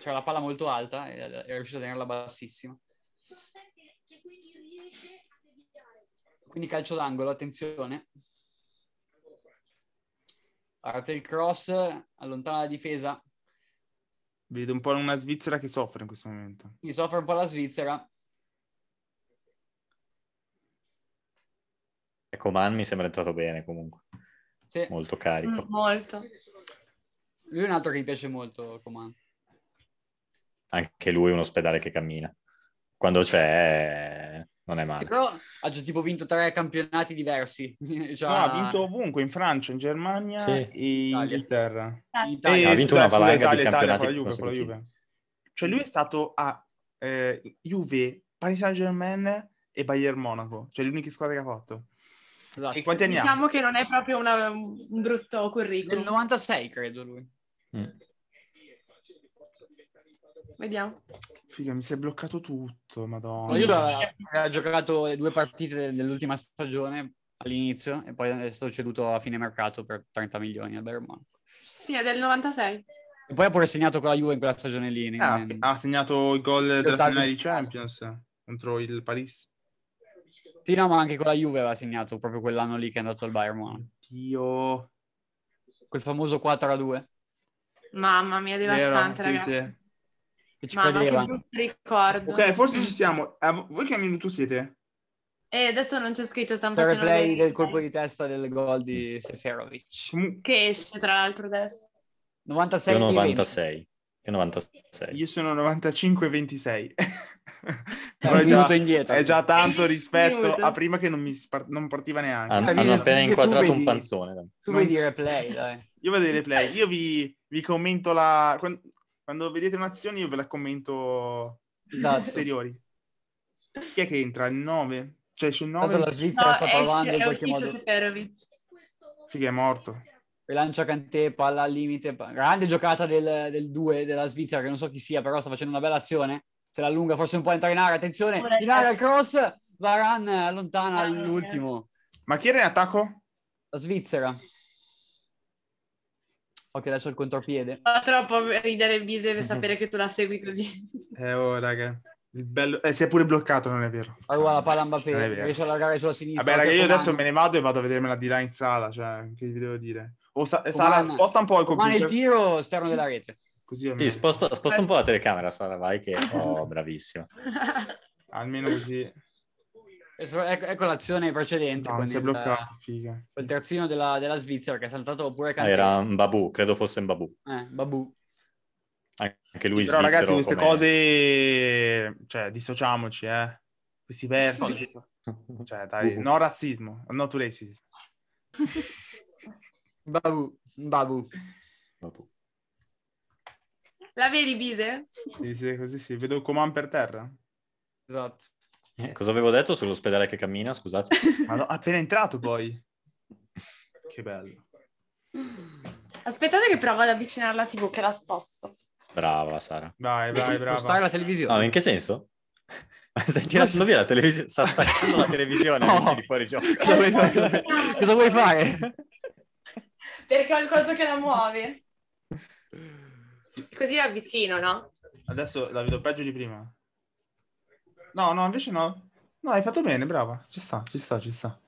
c'era la palla molto alta e e è riuscito a tenerla bassissima. Quindi calcio d'angolo, attenzione. Parte il cross, allontana la difesa, Vedo un po' una Svizzera che soffre in questo momento. quindi soffre un po' la Svizzera. Ecco, Man mi sembra entrato bene comunque, Sì. molto Mm, carico. Molto. Lui è un altro che mi piace molto, Coman. Anche lui è un ospedale che cammina. Quando c'è non è male. Sì, però ha già tipo vinto tre campionati diversi. Cioè, No, ha vinto ovunque, in Francia, in Germania Sì. e in Italia. Inghilterra. in Eh, Italia. Ha vinto una valanga di campionati con la Juve, con la consecutivi. Juve. Cioè lui è stato a eh, Juve, Paris Saint-Germain e Bayern Monaco. Cioè le uniche squadre che ha fatto. Esatto. E quanti anni ha? Diciamo che non è proprio una- un brutto Nel curriculum. 96 credo lui. Mm. Vediamo. Figa, mi si è bloccato tutto, madonna. La Juve aveva- aveva giocato le due partite dell'ultima stagione all'inizio e poi è stato ceduto a fine mercato per 30 milioni al Bayern Monaco. Sì, è del 96. E poi ha pure segnato con la Juve in quella stagione lì. in- Ah, in- ha segnato il gol della ottavi finale di di finale. Champions contro il Paris. Sì, no, ma anche con la Juve aveva segnato proprio quell'anno lì che è andato al Bayern Monaco. Dio. Quel famoso 4 a 2. Mamma mia, Vero, devastante, sì, ragazzi. sì. Che ci Mamma, che credeva. brutto ricordo. Ok, forse ci siamo. Eh, voi che minuto siete? E adesso non c'è scritto, stanno Il facendo... replay vedere. del colpo di testa del gol di Seferovic. Comu- Che esce, tra l'altro, adesso. 96 Io di 96. Io 96. Io sono 95-26. È Però un è già- minuto indietro. è già tanto rispetto Minuto. a prima che non, mi spar- non partiva neanche. Han- Ah, hanno Vision, appena tu inquadrato vedi- un panzone. dai. Tu vedi il replay, dai. Io vedo i replay, io vi, vi commento la... quan- Quando, vedete un'azione io ve la commento Esatto. posteriori. Chi è che entra? Il 9? Cioè c'è il Tanto 9? la Svizzera No, sta è, usci- provando in è qualche uscito modo. Seferovic. Figa è morto. rilancia Kanté, palla al limite, pa- grande giocata del, del 2 della Svizzera, che non so chi sia, però sta facendo una bella azione, se la allunga forse un po' entra in area, attenzione, Ora è in area il cross, Varan allontana Ah, all'ultimo, Ma chi era in attacco? la Svizzera. Ok, adesso il contropiede. Fa troppo ridere Bise deve sapere che tu la segui così. Eh, oh, raga. Il bello... eh, si è pure bloccato, non è vero. Arriva la palla a Non è Mbappé, vero. riesce a allargare sulla sinistra. Vabbè, raga, ok, io Coman. adesso me ne vado e vado a vedermela di là in sala, cioè, che vi devo dire? O sa- Coman- Sala, sposta un po' il Coman il computer. tiro, esterno della rete. Così almeno, Sì, sposta, sposta un po' la telecamera, Sara, vai che... Oh, bravissimo. almeno così. Ecco, ecco l'azione precedente No, con si è il, bloccato, figa. col terzino della, della Svizzera che ha saltato pure Kanté. Ah, Era un babù, credo fosse un babù. Eh, Babu. Anche lui Però ragazzi, queste svizzero come- cose, cioè, dissociamoci, eh. Questi versi, cioè, dai, no razzismo, no to racism. Babu. Babu. Babù. La vedi Bise? Sì, sì, così sì. Vedo Coman per terra. Esatto. Eh, cosa avevo detto sull'ospedale che cammina, scusate? Ma no, appena entrato poi. Che bello. Aspettate che provo ad avvicinarla tipo che la sposto. Brava, Sara. Vai, vai, brava. Spostare la No, televisione. Ah, in che senso? Stai tirando via la televisione, sta staccando la televisione, No. amici di fuori gioco. Cosa vuoi fare? Cosa vuoi fare? Perché ho il coso che la muove. Così la avvicino, no? Adesso la vedo peggio di prima. No, no, invece no. No, hai fatto bene, brava. Ci sta, ci sta, ci sta.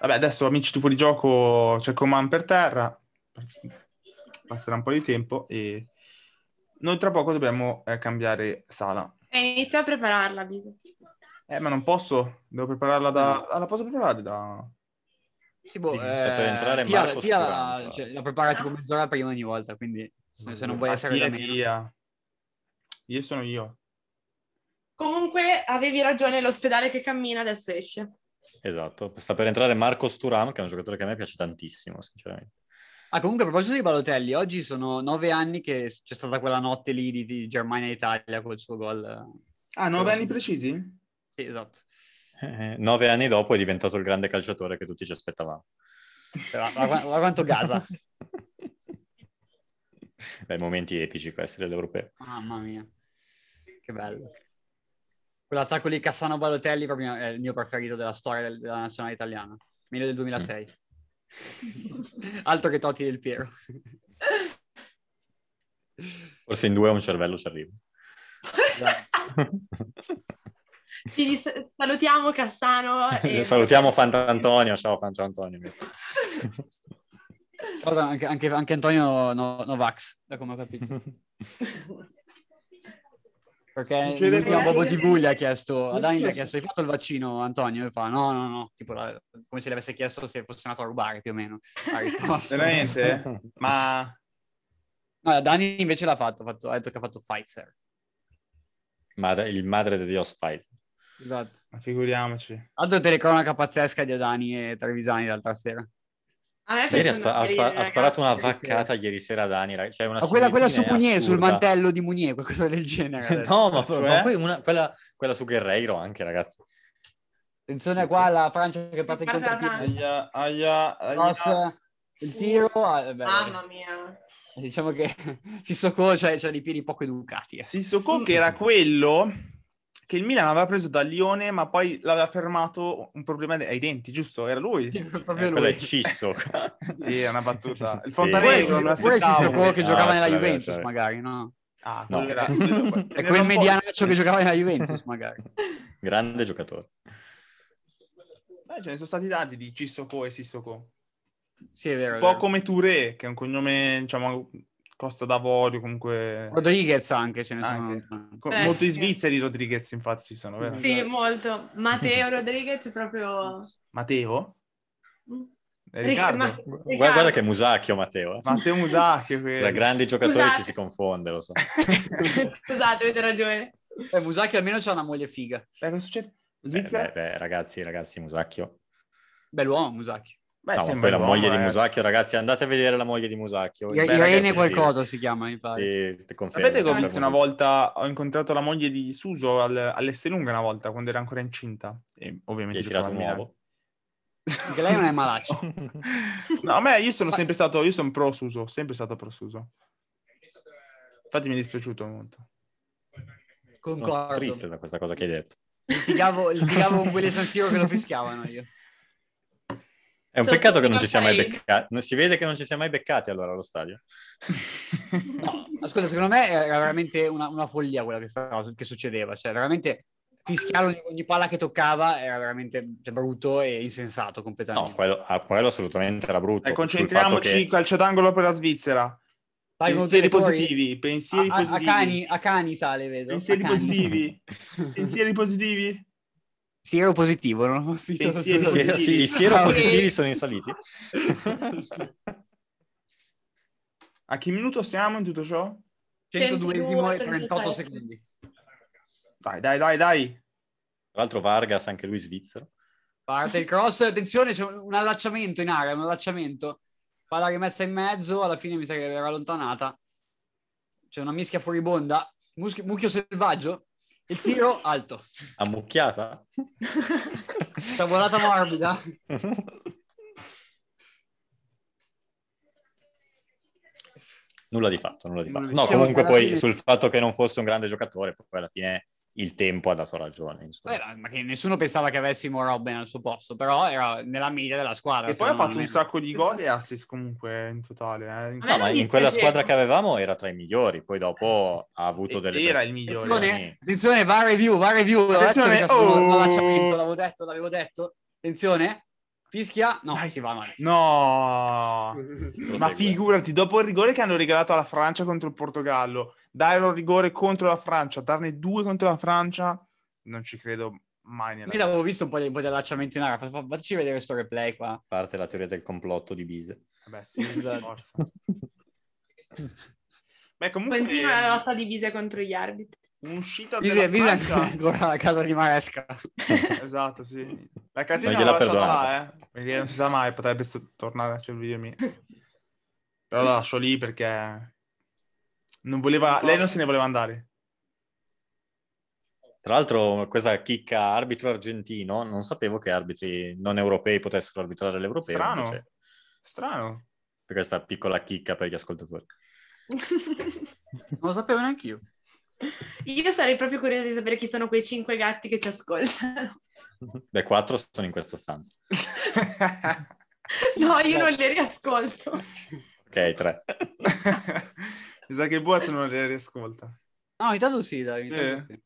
Vabbè, adesso amici di fuori gioco c'è Coman per terra. Passerà un po' di tempo e noi tra poco dobbiamo eh, cambiare sala. E inizio a prepararla, Bise. Eh, ma non posso, devo prepararla Mm. da... Ah, la posso preparare da... Sì, boh, Sì, sta eh, cioè, per entrare Tia- Marco Tia la, Sturante. cioè, la prepara tipo mezz'ora prima ogni volta, quindi Eh, se, se non vuoi Ah, essere via, da meno. via. Io sono io. Comunque avevi ragione, l'ospedale che cammina adesso esce. Esatto, sta per entrare Marco Sturam, che è un giocatore che a me piace tantissimo, sinceramente. Ah, comunque a proposito di Balotelli, oggi sono nove anni che c'è stata quella notte lì di, di Germania-Italia col suo gol. eh. Ah, nove anni precisi? Sì, esatto. Eh, nove anni dopo è diventato il grande calciatore che tutti ci aspettavamo. Però, guarda, qua- guarda quanto gasa. Beh, momenti epici questi dell'europeo. Mamma mia, che bello. Quell'attacco lì Cassano Balotelli proprio è il mio preferito della storia del- della nazionale italiana, meglio del 2006. Mm. Altro che Totti del Piero. Forse in due a un cervello ci arrivo. Ci ris- salutiamo Cassano e... Eh, Salutiamo Fantantonio, ciao Fantantonio. Guarda, anche, anche- anche Antonio No- Novax, da come ho capito. Perché Succede l'ultimo magari- Bobo TV gli ha chiesto, a Cosa Dani gli ha succede? chiesto, hai fatto il vaccino Antonio? E fa no, no, no, tipo la- come se gli avesse chiesto se fosse andato a rubare più o meno. Ha risposto. Veramente? Ma... No, Dani invece l'ha fatto, ha, fatto- ha detto che ha fatto Pfizer. Madre- il madre di Dios fight. Esatto. ma figuriamoci. Altro telecronaca pazzesca di Adani e Trevisani l'altra sera. A me Ieri ha, piacciono spa- ha morire, spa- ha ragazzi. sparato una Ieri sera. vaccata ieri sera a Dani, ragazzi. Cioè una Ma quella, quella su similitudine Munier, sul assurda. mantello di Munier, qualcosa del genere. ha detto. No, ma, ma Cioè? poi una- quella, quella su Guerreiro anche, ragazzi. Attenzione qua alla Francia che parte in Guarda, contropiede. Aia, aia, aia. Cross, il tiro, ah, beh, Mamma mia. diciamo che Sissoko c'ha, c'ha i piedi poco educati. eh. Sissoko che era quello che il Milan aveva preso da Lione, ma poi l'aveva fermato un problema ai denti, giusto? Era lui? Proprio Eh, lui. quello è Cisso. Sì, è una battuta. Il Sì. Fontanelli, Pure Prego, non Ah, me Sissoko- pure l'aspettavo. Sissoko che No, giocava nella ce l'aveva, Juventus, ce l'aveva. magari, no? Ah, No. quello era- È era quel un po'- medianaccio che giocava nella Juventus, magari. Grande giocatore. Dai, ce ne sono stati tanti di Sissoko e Sissoko. Sì, è vero. Un è po' vero. come Touré, che è un cognome, diciamo, Costa d'Avorio, comunque... Rodriguez anche, ce ne Anche. sono. Co- Eh, molti sì. svizzeri Rodriguez, infatti, ci sono, vero? Esatto. Sì, molto. Matteo Rodriguez è proprio... Matteo? Eh, Ric- Riccardo? Ma- Gu- Riccardo. Guarda, che musacchio, Matteo. eh. Matteo Musacchio. Tra quello. grandi giocatori Scusate. ci si confonde, lo so. Eh, Scusate, avete ragione. Eh, Musacchio almeno c'ha una moglie figa. Dai, Eh, cosa succede? Beh, Svizzera? Eh, beh, beh, ragazzi, ragazzi, Musacchio. Bell'uomo Musacchio. Beh, No, ma sembra poi la l'uomo, moglie di eh. Musacchio, ragazzi, andate a vedere la moglie di Musacchio. I- Beh, Irene ragazzi, qualcosa si chiama, mi pare. sì, ti confermo, Sapete che ho confermo visto una tutto. volta, ho incontrato la moglie di Suso al, all'Esselunga una volta, quando era ancora incinta. E Gli ovviamente hai tirato giocava un a Milano. uovo. Perché lei non è malaccio. No, a me io sono sempre stato, io sono pro Suso, sempre stato pro Suso. Infatti mi è dispiaciuto molto. Eh, Sono Concordo. triste da questa cosa che hai detto. Litigavo, litigavo con quelli del San Siro che lo fischiavano io. È un Sono peccato che tutti non ci sia mai campanelli. beccati. Non si vede che non ci sia mai beccati allora allo stadio. No, ascolta, secondo me era veramente una, una follia quella che, stava- che succedeva. Cioè, veramente fischiare ogni, ogni palla che toccava era veramente cioè, brutto e insensato completamente. No, quello, ah, quello assolutamente era brutto. Dai, Sul concentriamoci, fatto che- calcio d'angolo per la Svizzera. Tolgono pensieri tutti i retori. positivi, pensieri a, a- a positivi. cani, a cani sale, vedo. Pensieri a cani. positivi. Pensieri positivi. Siero positivo, non ho finito Pensiero tutto. Sì, positivi. sì, I siero Ah, ok. positivi sono insaliti. A che minuto siamo in tutto ciò? 102 e 38 38 secondi. Dai, dai, dai, dai. Tra l'altro Vargas, anche lui svizzero. Parte il cross, attenzione, c'è un allacciamento in area, un allacciamento. Palla rimessa in mezzo, alla fine mi sa che era allontanata. C'è una mischia fuoribonda, Muschio- mucchio selvaggio, il tiro alto, Ammucchiata. tavolata morbida. Nulla di fatto, nulla di Nulla fatto. di No, fatto. comunque Alla poi fine- sul fatto che non fosse un grande giocatore, poi alla fine il tempo ha dato ragione. insomma. Beh, ma- ma che nessuno pensava che avessimo Robben al suo posto, però era nella media della squadra. cioè, E poi ha non- fatto non un è- sacco di gol e assist comunque in totale. A eh. me No, ma non in quella dispiaceva. squadra che avevamo era tra i migliori, poi dopo ha avuto Eh, E- delle... era il prestazioni- Attenzione, attenzione, va a review, va a review. L'avevo detto eh. Attenzione, che c'è stato oh! un allacciamento, l'avevo detto, l'avevo detto. Attenzione, fischia, no, si va male. No. Prosegue. Ma figurati, dopo il rigore che hanno regalato alla Francia contro il Portogallo, dare un rigore contro la Francia, darne due contro la Francia, non ci credo mai nella Io l'avevo visto un po' di, un po' di allacciamento in aria, fa- fa- fateci vedere questo replay qua. Parte la teoria del complotto di Bise. vita. Vabbè, sì, Esatto. forza. Beh, comunque Continua Eh. la lotta divisa contro gli arbitri. un'uscita Vise, della Vise è Francia. ancora alla casa di Maresca. Esatto, sì. La Non catena l'ho gliel'ha lasciata là, perdonata. eh. Perché non si sa mai, potrebbe s- tornare a servirmi. Però la lascio lì perché non voleva lei non se ne voleva andare. Tra l'altro, questa chicca arbitro argentino, non sapevo che arbitri non europei potessero arbitrare l'europeo. Strano. invece, Strano. per questa piccola chicca per gli ascoltatori. Non lo sapevo neanche io. Io sarei proprio curiosa di sapere chi sono quei cinque gatti che ci ascoltano. Beh, quattro sono in questa stanza. No, io non li riascolto. Ok, tre. Mi sa che Boaz non le riascolta. No, intanto sì, dai. Eh, Intanto sì.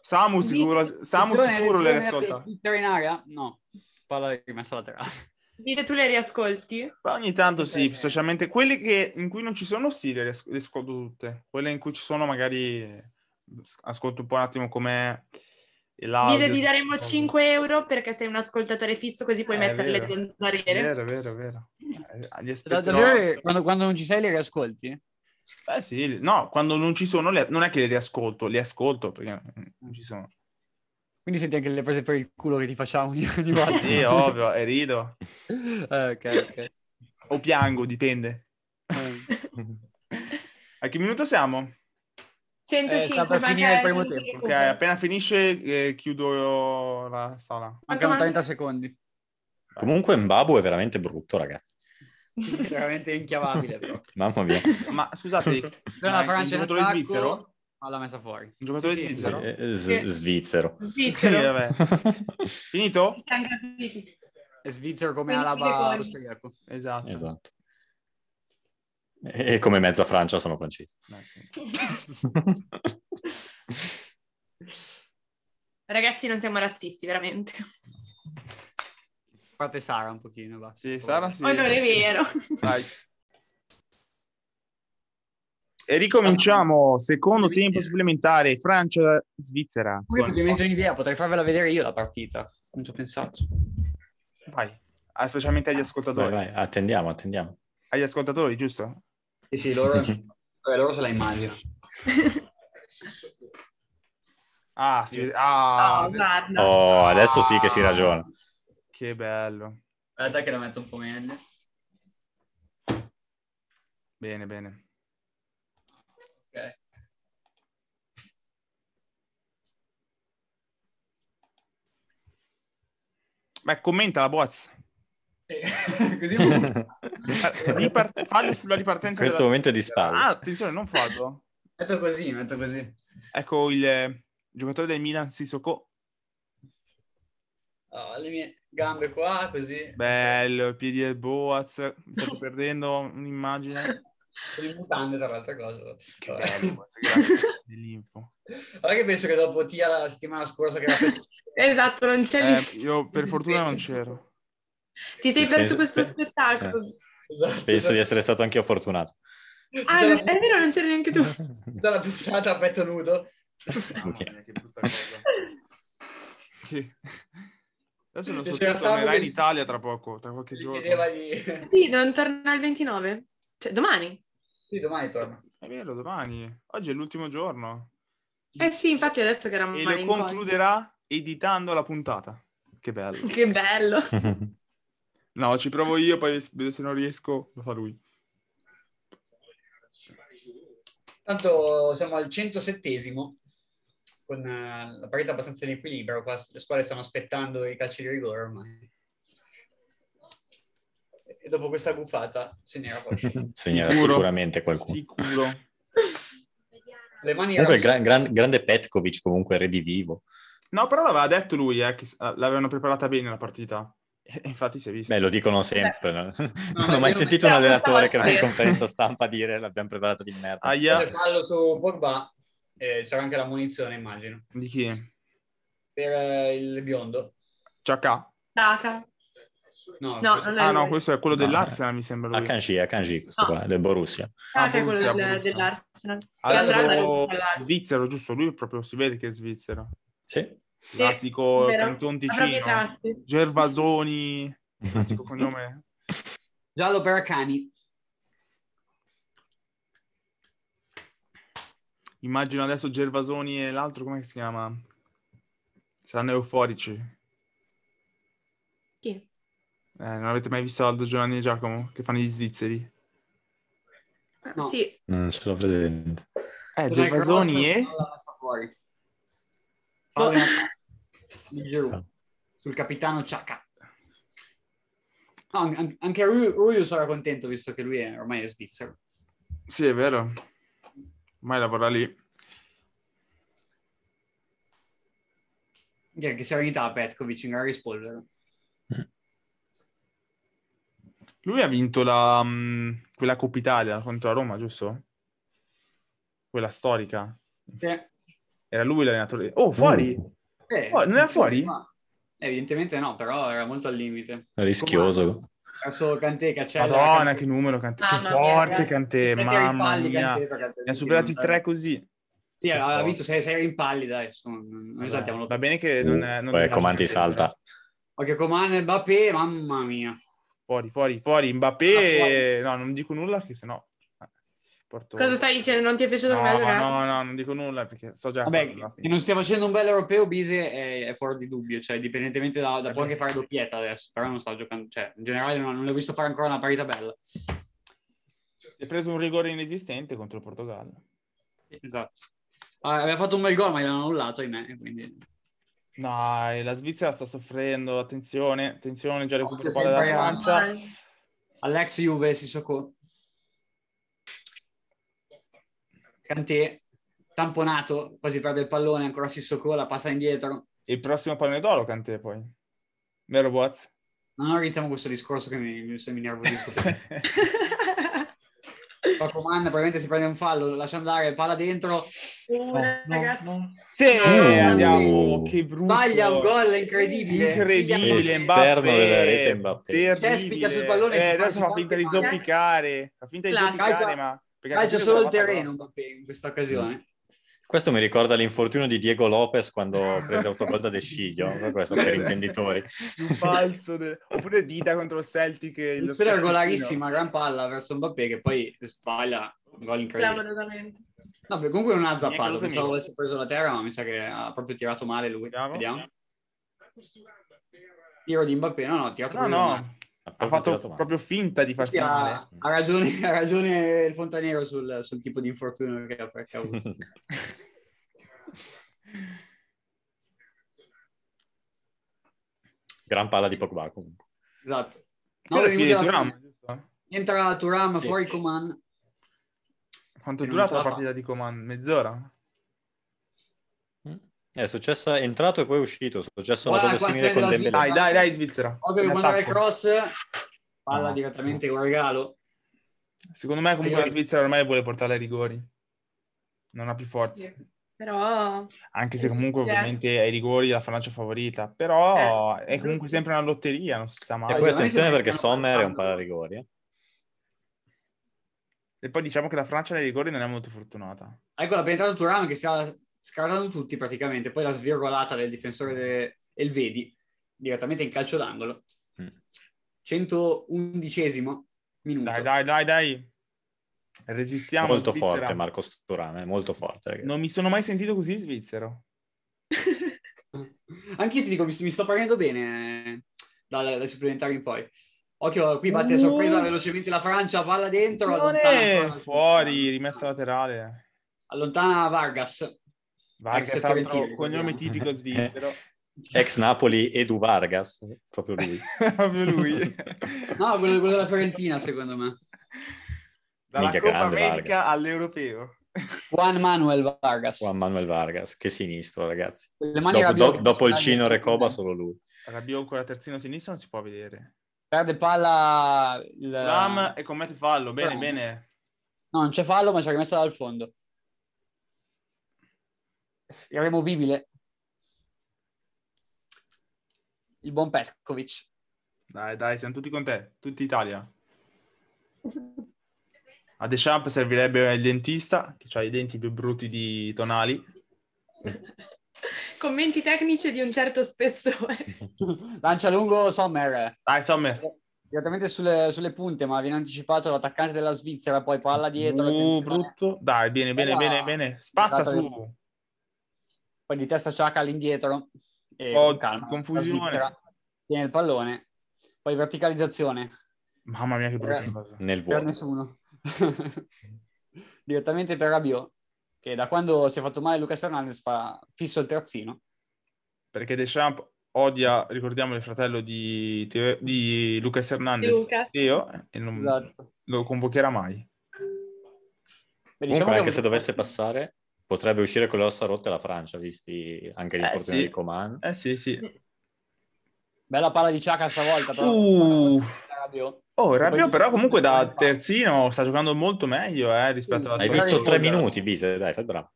Samu sicuro, Samu Attenzione, sicuro le attenzione, riascolta. Twitter in aria? No. Palla rimessa laterale. Dire tu li riascolti? Ma ogni tanto sì, specialmente quelle che, in cui non ci sono sì, le, rias- le ascolto tutte. Quelle in cui ci sono magari eh, ascolto un po' un attimo come Dire ti daremo 5 euro perché sei un ascoltatore fisso così puoi Eh, è mettere le vero. zanzariere. Vero, vero, vero. Eh, li Da- aspetterò. davvero, quando, quando non ci sei le riascolti? Eh sì, no, quando non ci sono, le- non è che le riascolto, le ascolto perché mm, non ci sono. Quindi senti anche le prese per il culo che ti facciamo ogni, ogni volta. Ah, Sì, ovvio, e rido. Eh, ok, ok. O piango, dipende. Eh, A che minuto siamo? 105 Eh, sta per manca finire il primo il tempo. Ok, appena finisce eh, chiudo la sala. Mancano 30 secondi. Comunque, Mbabu è veramente brutto, ragazzi. Veramente inchiavabile. però. Mamma mia. Ma scusate, La ma è un Francia in giocatore attacco, svizzero? Palla messa fuori. Un giocatore Sì, sì. svizzero? Eh, s- Svizzero. Sì, eh. Svizzero. vabbè. Finito? Si siamo capiti. È svizzero come 20 Alaba secondi. austriaco. Esatto. Esatto. E e come mezza Francia sono francesi. Eh, sì. Ragazzi, non siamo razzisti, veramente. A parte Sara un pochino. Va. Sì, Sara sì. Oh, non è vero. Dai. E ricominciamo, secondo tempo supplementare, Francia-Svizzera. Qui ovviamente un'idea, potrei farvela vedere io la partita. Non ci ho pensato. Vai, Ah, specialmente agli Vai, ascoltatori. vai, attendiamo, attendiamo. Agli ascoltatori, giusto? Sì, sì, loro, eh, loro se la immaginano. Ah, sì. Ah, Oh, adesso- guarda. Oh, adesso sì che si ragiona. Che bello. Aspetta che la metto un po' meglio. Bene, bene. Ok. Beh, commenta la Boaz. Eh, Così è Ripart- fallo sulla ripartenza. Questo della- momento è di spalle. Ah, attenzione, non fallo. Metto così, metto così. Ecco il eh, giocatore del Milan, Sissoko. Ho Oh, le mie gambe qua, così. Bello, i piedi del Boaz. Mi state perdendo un'immagine. Con le mutande, tra l'altra cosa. Che Vabbè. bello, Boaz, grazie dell'info. Guarda che penso che dopo Tia la settimana scorsa che era Esatto, non c'è lì. Eh, io per fortuna non c'ero. Ti sei perso penso- questo pe- spettacolo. Esatto. Penso di essere stato anch'io fortunato. Eh. Ah, Tutta è la- vero, non c'eri neanche tu. tutta la puntata a petto nudo. Mamma mia, che brutta cosa. Che- Adesso non C'era so, tu Samu che- tornerai in Italia tra poco, tra qualche Gli giorno. chiedeva di... Sì, non torna il 29. Cioè, domani. Sì, domani torna. È vero, domani. Oggi è l'ultimo giorno. Eh sì, infatti ho detto che era un E lo malincono. concluderà editando la puntata. Che bello. Che bello. No, ci provo io, poi s- se non riesco lo fa lui. Tanto siamo al 107esimo, con eh, la parità abbastanza in equilibrio. Qua le squadre stanno aspettando i calci di rigore ormai. E dopo questa buffata se n'era poi. Segnerà Sicuro. sicuramente qualcuno. Sicuro. Le mani Comunque, erano- gran- gran- grande Petkovic comunque redivivo. No, però l'aveva detto lui, eh, che s- l'avevano preparata bene la partita. E e infatti si è visto. Beh, lo dicono sempre. no? non ma ho mai io- sentito un eh, questa volta- allenatore che va in conferenza stampa a dire l'abbiamo preparata di merda. Aia. C'è fallo su Pogba, eh, c'era anche la munizione immagino, Di chi? per eh, il biondo. Ciacca. Taka. No, No, questo- non è Ah no, lui. questo è quello No, dell'Arsenal, mi sembra A lui. Kanji, a Kanji, questo No. qua, del Borussia. Taka è Ah, quello Borussia, del- Borussia. dell'Arsenal. Che Ha andrà alla detto Roma all'Arsenal. Svizzero, giusto? Lui proprio si vede che è svizzero. Sì. Classico vero. Canton Avrà Ticino. Pietratti. Gervasoni, classico cognome. Giallo per Cani. Immagino adesso Gervasoni e l'altro, come si chiama? Saranno euforici. Eh, Chi? non avete mai visto Aldo Giovanni e Giacomo che fanno gli svizzeri? No. Ah, Sì. Non ce l'ho presente. Eh, Gervasoni e... Fuori. Boh. Fallo in attacco di Giroud, sul capitano Ciacca. No, an- an- anche Rui, Rui sarà contento visto che lui è, ormai è svizzero. Sì, è vero. Ormai lavora lì. Dire che serenità a Petkovic in grado di rispondere. Mm. Lui ha vinto la, mm, quella Coppa Italia contro la Roma, giusto? Quella storica. Eh, Era lui l'allenatore. Oh, fuori! eh, Oh, non era fuori? ma- eh, evidentemente no, però era molto al limite. Rischioso. Verso Kanté, Cioè, Caccella. Madonna, che numero, Kanté. Mamma Che mia, cioè, forte ragazzi. Kanté, Sette mamma rimpalli mia. Kanté, perché Ne ha altrimenti superati non- tre così. Sì, ha Che ha vinto sei, sei rimpalli, dai, insomma, non non Esatto, esaltiamolo. Va bene che non è... non Uh, Poi ti lascia Comanti cadere. salta. Occhio Coman e Mbappé, mamma mia. Fuori, fuori, fuori. Mbappé... No, non dico nulla che sennò... ah, Porto... Cosa stai dicendo? Non ti è piaciuto No, come ha ma giocato? no, no, non dico nulla perché so già... Vabbè, cosa va a che finire. non stia facendo un bel europeo, Bise è, è fuori di dubbio, cioè dipendentemente da, da può anche fare doppietta adesso, però non sta giocando, cioè in generale non, non l'ho visto fare ancora una parità bella. Si è preso un rigore inesistente contro il Portogallo. Esatto. Ah, aveva fatto un bel gol, ma gliel'hanno annullato, ahimè, quindi No, e la Svizzera sta soffrendo, attenzione, attenzione, già recupero Occhio palla dalla sempre a- Francia. Dai. all'ex Juve si soccò. Kanté, tamponato, quasi perde il pallone, ancora si soccò, la passa indietro. Il prossimo pallone d'oro Kanté poi. Vero Boaz? Non organizziamo questo discorso che mi, mi, se mi nervosisco. Cioè, eh. Fa comanda, probabilmente si prende un fallo, lascia andare, palla dentro, Ragazzi. Sì, No. Eh, Uh. andiamo, che brutto. sbaglia un gol incredibile. Incredibile, Esterno Mbappé. della rete, Mbappé. Terribile. Cespicca sul pallone, Eh, si fa- adesso si fa fa- finta di ma- zoppicare, fa finta di Classico. zoppicare, ma... perché ha Calcia capito che solo il l'ha fatta terreno grossa. Mbappé in questa occasione. Questo mi ricorda l'infortunio di Diego Lopez quando prese autogol da De Sciglio, questo per intenditori. Un falso. de- Oppure Dita contro il Celtic. il Una regolarissima, gran palla verso Mbappé che poi sbaglia un gol incredibile. Clamorosamente. No, beh, comunque non ha Mi è zappato, caduto pensavo Mico. avesse preso la terra, ma mi sa che ha proprio tirato male lui. Vediamo. Vediamo. Tiro di Mbappé, no, no, ha tirato No, proprio male. no, ha fatto Tirato male. proprio finta di farsi Sì, ah. ha, male. ha ragione, ha ragione il Fontanero sul, sul tipo di infortunio che ha, che ha avuto. Gran palla di Pogba comunque. Esatto. No, Nove fine minuti alla di Thuram, fine. giusto? Entra Turam Sì. fuori Coman. Quanto è Che non durata ce la fa. la partita di Coman? Mezz'ora? È successo, è entrato e poi è uscito. È successo una Mm. Guarda, cosa quando simile con la Dembélé. Svizzera- Dai, dai, dai, Svizzera. Ovvio che In quando era il attacco. Ah. cross, palla No. direttamente con regalo. Secondo me comunque Sì. la Svizzera ormai vuole portare ai rigori. Non ha più forze. Sì. Però Anche se comunque Sì. ovviamente ai rigori la Francia è favorita. Però è comunque sempre una lotteria, non si sa E mai. poi Dai, attenzione dai, perché stiamo Sommer è un pensando. pararigori. eh. E poi diciamo che la Francia ai rigori non è molto fortunata. Ecco la penetrata Turam che sta scartando tutti praticamente, poi la svirgolata del difensore de- Elvedi, direttamente in calcio d'angolo. Mm. 111 minuto. Dai, dai, dai, dai. Resistiamo. Molto Svizzera. forte Marco Sturame, molto forte. ragazzi. Non mi sono mai sentito così svizzero. Anche io ti dico, mi, mi sto prendendo bene eh, dalle, dalle supplementari in poi. Occhio, qui batte a sorpresa Uh. velocemente la Francia, palla dentro, allontana Attenzione! ancora- Fuori, rimessa laterale. Allontana Vargas. Vargas, Ex altro Fiorentino, cognome ricordiamo. tipico svizzero. Ex Napoli Edu Vargas, proprio lui. Proprio lui. No, quello, quello della Fiorentina, secondo me. Dalla Minchia, Coppa grande America all'Europeo. Juan Manuel Vargas. Juan Manuel Vargas, che sinistro ragazzi. Le mani Dopo, rabbiose do- dopo il che Cino Recoba sbaglia. solo lui. Rabiot con la terzina sinistra non si può vedere. Perde palla il... Ram e commette fallo. Bene, Thuram. bene. No, non c'è fallo, ma c'è rimessa dal fondo. Irremovibile. Il buon Petkovic. Dai, dai, siamo tutti con te. Tutti Italia. A Deschamps servirebbe il dentista, che ha i denti più brutti di Tonali. commenti tecnici di un certo spessore. Lancia lungo Sommer. Dai, Sommer. Direttamente sulle, sulle punte, ma viene anticipato l'attaccante della Svizzera. Poi palla dietro. Uh, attenzione. brutto. Dai, bene, bene, Bella. bene, bene. Spazza Esatto. su. Poi di testa Ciaca all'indietro. E Oh, con calma. confusione. la Svizzera Tiene il pallone. Poi verticalizzazione. Mamma mia, che brutta Eh. cosa. Nel per vuoto. nessuno. Direttamente per Rabiot, che da quando si è fatto male Lucas Hernandez fa fisso il terzino. Perché Deschamps odia, ricordiamo, il fratello di, Teo- di Lucas Hernandez, Lucas. Teo, eh, e Mm. non Esatto. lo convocherà mai. Beh, diciamo Comunque, che- anche se dovesse passare, potrebbe uscire con le ossa rotte la Francia, visti anche l'infortunio sì. di Coman. Eh sì, sì. Bella palla di Ciaca stavolta, però. Uh. Rabiot. Oh, Poi- Rabiot però comunque da terzino sta giocando molto meglio eh, rispetto alla Hai sua... Magari visto tre scusa. minuti, Bise, dai, fai bravo.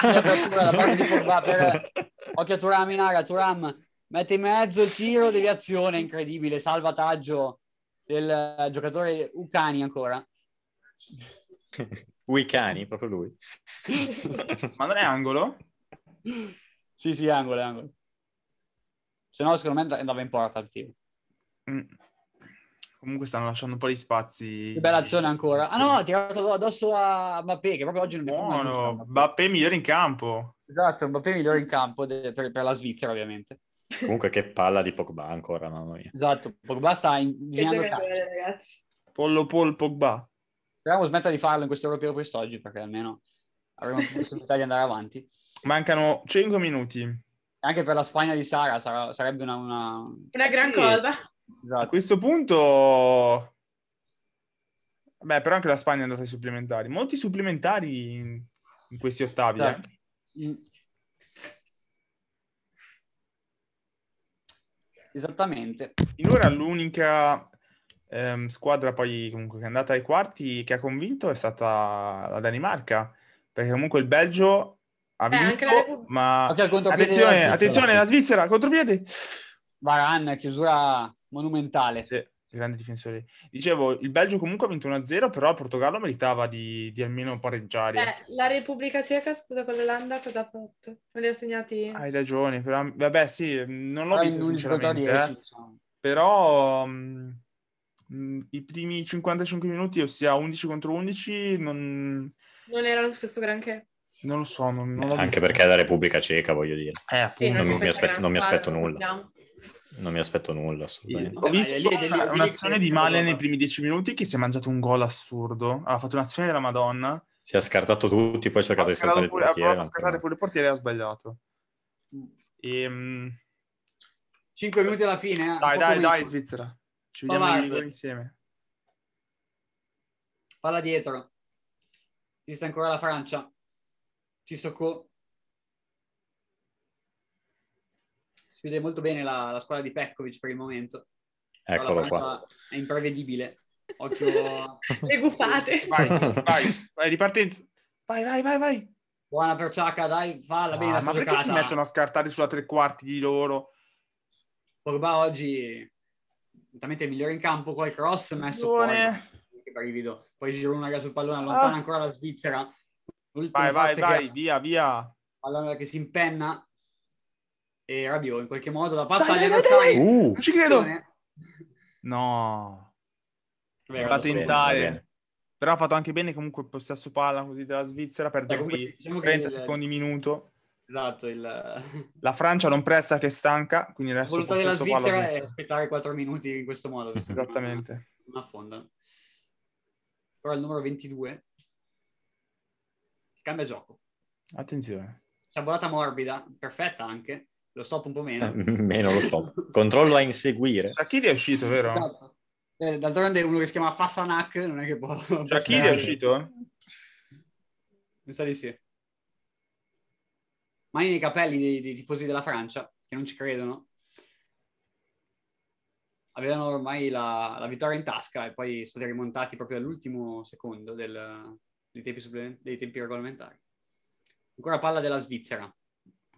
apertura da parte di Pogba Eh. per- Occhio a Turam in area, Turam mette in mezzo, tiro, deviazione, incredibile, salvataggio del eh, giocatore Ucani ancora. Wicani, proprio lui. Ma non è angolo? Sì, sì, angolo, è angolo. Se no, secondo me andava in porta il tiro. Mm. Comunque stanno lasciando un po' di spazi. Che bella azione ancora. Ah no, ha tirato addosso a Mbappé, che proprio oggi non ne fa una giusta, Buono, Mbappé. Bappé migliore in campo. Esatto, Mbappé migliore in campo de- per, per la Svizzera, ovviamente. Comunque che palla di Pogba ancora, mamma mia. Esatto, Pogba sta in- Che disegnando il giocatore, calcio. ragazzi. Pollo Pol Pogba. Speriamo smetta di farlo in questo europeo quest'oggi, perché almeno avremo più possibilità di andare avanti. E Mancano 5 minuti. Anche per la Spagna di Sara sarà- sarebbe una... una... Una gran Sì. cosa. A Esatto. questo punto... Beh, però anche la Spagna è andata ai supplementari. Molti supplementari in, in questi ottavi. eh. Esatto. Mm. Esattamente. Finora l'unica ehm, squadra poi comunque che è andata ai quarti che ha convinto è stata la Danimarca, perché comunque il Belgio ha Beh, anche vinto, la Repubblica- ma Occhio al contropiede della attenzione, Svizzera. attenzione, la Svizzera, contropiede! Varane, chiusura monumentale. Sì, grande difensore. Dicevo, il Belgio comunque ha vinto 1-0, però il Portogallo meritava di, di almeno pareggiare. Beh, Eh, la Repubblica Ceca, scusa, con l'Olanda cosa ha fatto? Non li ho segnati? Hai ragione, però vabbè sì, non l'ho Però visto in un contro sinceramente, 10, eh. diciamo. però mh, mh, i primi 55 minuti, ossia 11 contro 11, non, Non erano su questo granché. non lo so, non, non l'ho Anche visto. perché è la Repubblica Ceca, voglio dire. Eh, Sì, appunto. non mi è questa aspetto- non mi gran aspetto squadra, nulla. diciamo. Non mi aspetto nulla, assolutamente. Ho visto Dai, lì- lì- lì- un'azione lì- di lì- Male lì- nei primi 10 minuti che si è mangiato un gol assurdo, ha fatto un'azione della Madonna, Si è scartato tutti, poi ha cercato ha, di scalato saltare il pure- ha portiere. provato a ma- scartare pure il portiere e ha sbagliato. E, mh, 5 minuti alla fine. eh. Ehm, Dai, Un po' dai, come- dai, Svizzera. Ci vediamo Vai, in- vai. insieme. Palla dietro. Esiste ancora la Francia. Sissoko. Si vede molto bene la, la squadra di Petkovic per il momento. Però Eccolo la qua. Francia è imprevedibile. Occhio. Le gufate. Vai, vai, vai, ripartenza. Vai, vai, vai, vai. Buona per Ciacca, dai, falla bene. Ah, la ma sta perché giocata. si mettono a scartare sulla tre quarti di loro? Pogba oggi veramente il migliore in campo, poi cross messo fuori. Buone. Che brivido. Poi gira una raga sul pallone, allontana Ah. ancora la Svizzera. L'ultima Vai, vai, fase che- vai, via, via. pallone che si impenna e Rabiot in qualche modo la passa agli Dai, dai, dai, avversari. Uh, Non ci credo. Vabbè, No. È lo andato so. in bene, va tale. bene. Però ha fatto anche bene comunque il possesso palla così della Svizzera, Dai, perde comunque qui diciamo che 30 il- secondi minuto. Esatto, il, la La Francia non presta che è stanca, quindi adesso volontà della possesso palla. Svizzera è Svizzera. aspettare 4 minuti in questo modo. visto che non- Esattamente. Non affondano. Ora il numero 22. Cambia gioco. Attenzione. C'è volata morbida, perfetta anche. Lo stop un po' meno. Meno lo stop. Controllo a inseguire. Shakiri è uscito, vero? Eh. Esatto. Eh, D'altronde uno che si chiama Fassanak non è che può... Shakiri è uscito? Mi sa di sì. Mani nei capelli dei, dei tifosi della Francia, che non ci credono. Avevano ormai la, la vittoria in tasca e poi sono stati rimontati proprio all'ultimo secondo del- dei, tempi supplem- dei tempi regolamentari. Ancora palla della Svizzera.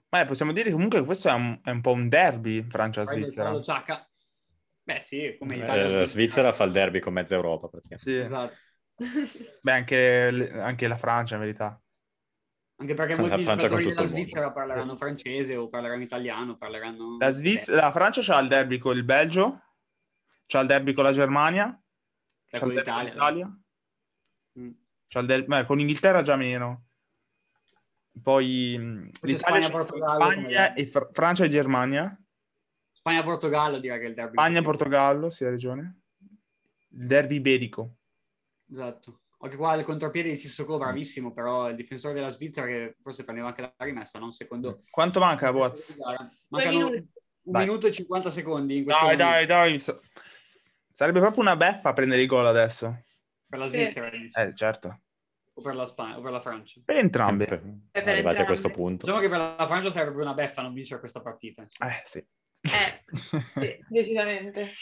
Beh, eh, possiamo dire comunque che questo è un, è un po' un derby Prende il Francia-Svizzera. fallo Ciacca. Beh sì, come Eh, Italia. la Svizzera fa il derby con mezza Europa praticamente. Sì. Esatto. Beh, anche, le- anche la Francia, in verità. Anche perché La molti Francia con giocatori tutto della il mondo. Svizzera parleranno francese o parleranno italiano, parleranno... La, Sviz- la Francia c'ha il derby con il Belgio, c'ha il derby con la Germania, Eh, c'ha il con derby con l'Italia. l'Italia, Mm. c'ha il derby- beh, con l'Inghilterra già meno. Poi mh, Poi c'è l'Italia Spagna, c'ha Portogallo, come Spagna derby. e Fr- Francia e Germania, Spagna-Portogallo direi che è il derby. Spagna e Portogallo, sì, hai ragione. Il derby iberico. Esatto. Anche qua il contropiede di Sissoko, Mm. bravissimo, però il difensore della Svizzera che forse prendeva anche la rimessa, non secondo. Mm. Quanto manca, Boaz? Mancano minuti. un Dai. minuto e 50 secondi in questo Dai, momento dai, dai. sa- Sarebbe proprio una beffa prendere i gol adesso. per la Sì. Svizzera dici, Eh, certo. o per la Spagna o per la Francia. Per entrambe. Per- per arrivati entrambe. a questo punto. Diciamo che per la Francia sarebbe una beffa non vincere questa partita. insomma. Eh, sì. Sì, decisamente.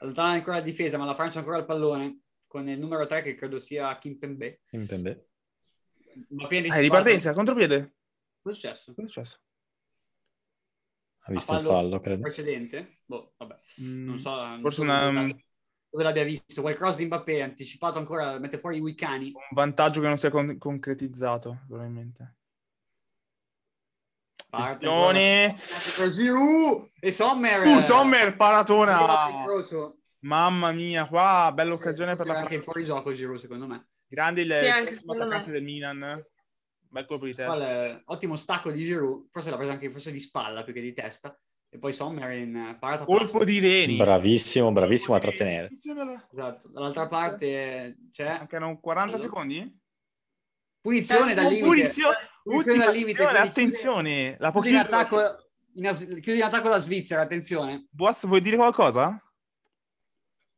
Allontana ancora la difesa, ma la Francia ha ancora il pallone con il numero 3 che credo sia Kimpembe. Intende? Ma piena Eh, ripartenza, contropiede. Cosa è successo? Cosa è successo? Ha visto A un fallo, credo. Precedente? Boh, vabbè. Mm, Non so, non Forse so una- dove, dove l'abbia visto. Quel cross di Mbappé anticipato ancora, mette fuori i Wicani. un vantaggio che non si è con- concretizzato, probabilmente. Parte Attenzione. ancora- Giroud e Sommer. Tu, Uh, Sommer, Arrivato in paratona! croce. Mamma mia, qua, bella Sì, occasione per forse la era anche Francia. fuori gioco Giroud, secondo me. Grande il Sì, anche prossimo secondo me. attaccante del Milan. Bel colpo di Qual testa. è- ottimo stacco di Giroud, forse l'ha presa anche forse di spalla più che di testa. E poi Sommer in eh, parata Colpo plastica. di Reni. Bravissimo, bravissimo a Colpo di Reni. trattenere. Attenzione alla- Esatto. Dall'altra parte c'è Mancano 40 Allora. secondi? punizione dal limite. Cioè, Punizione, Punizione ultima dal limite, azione, quindi attenzione, la Chiude in, pochina attacco, in as- chiude in attacco la Svizzera, attenzione. Boas, vuoi dire qualcosa?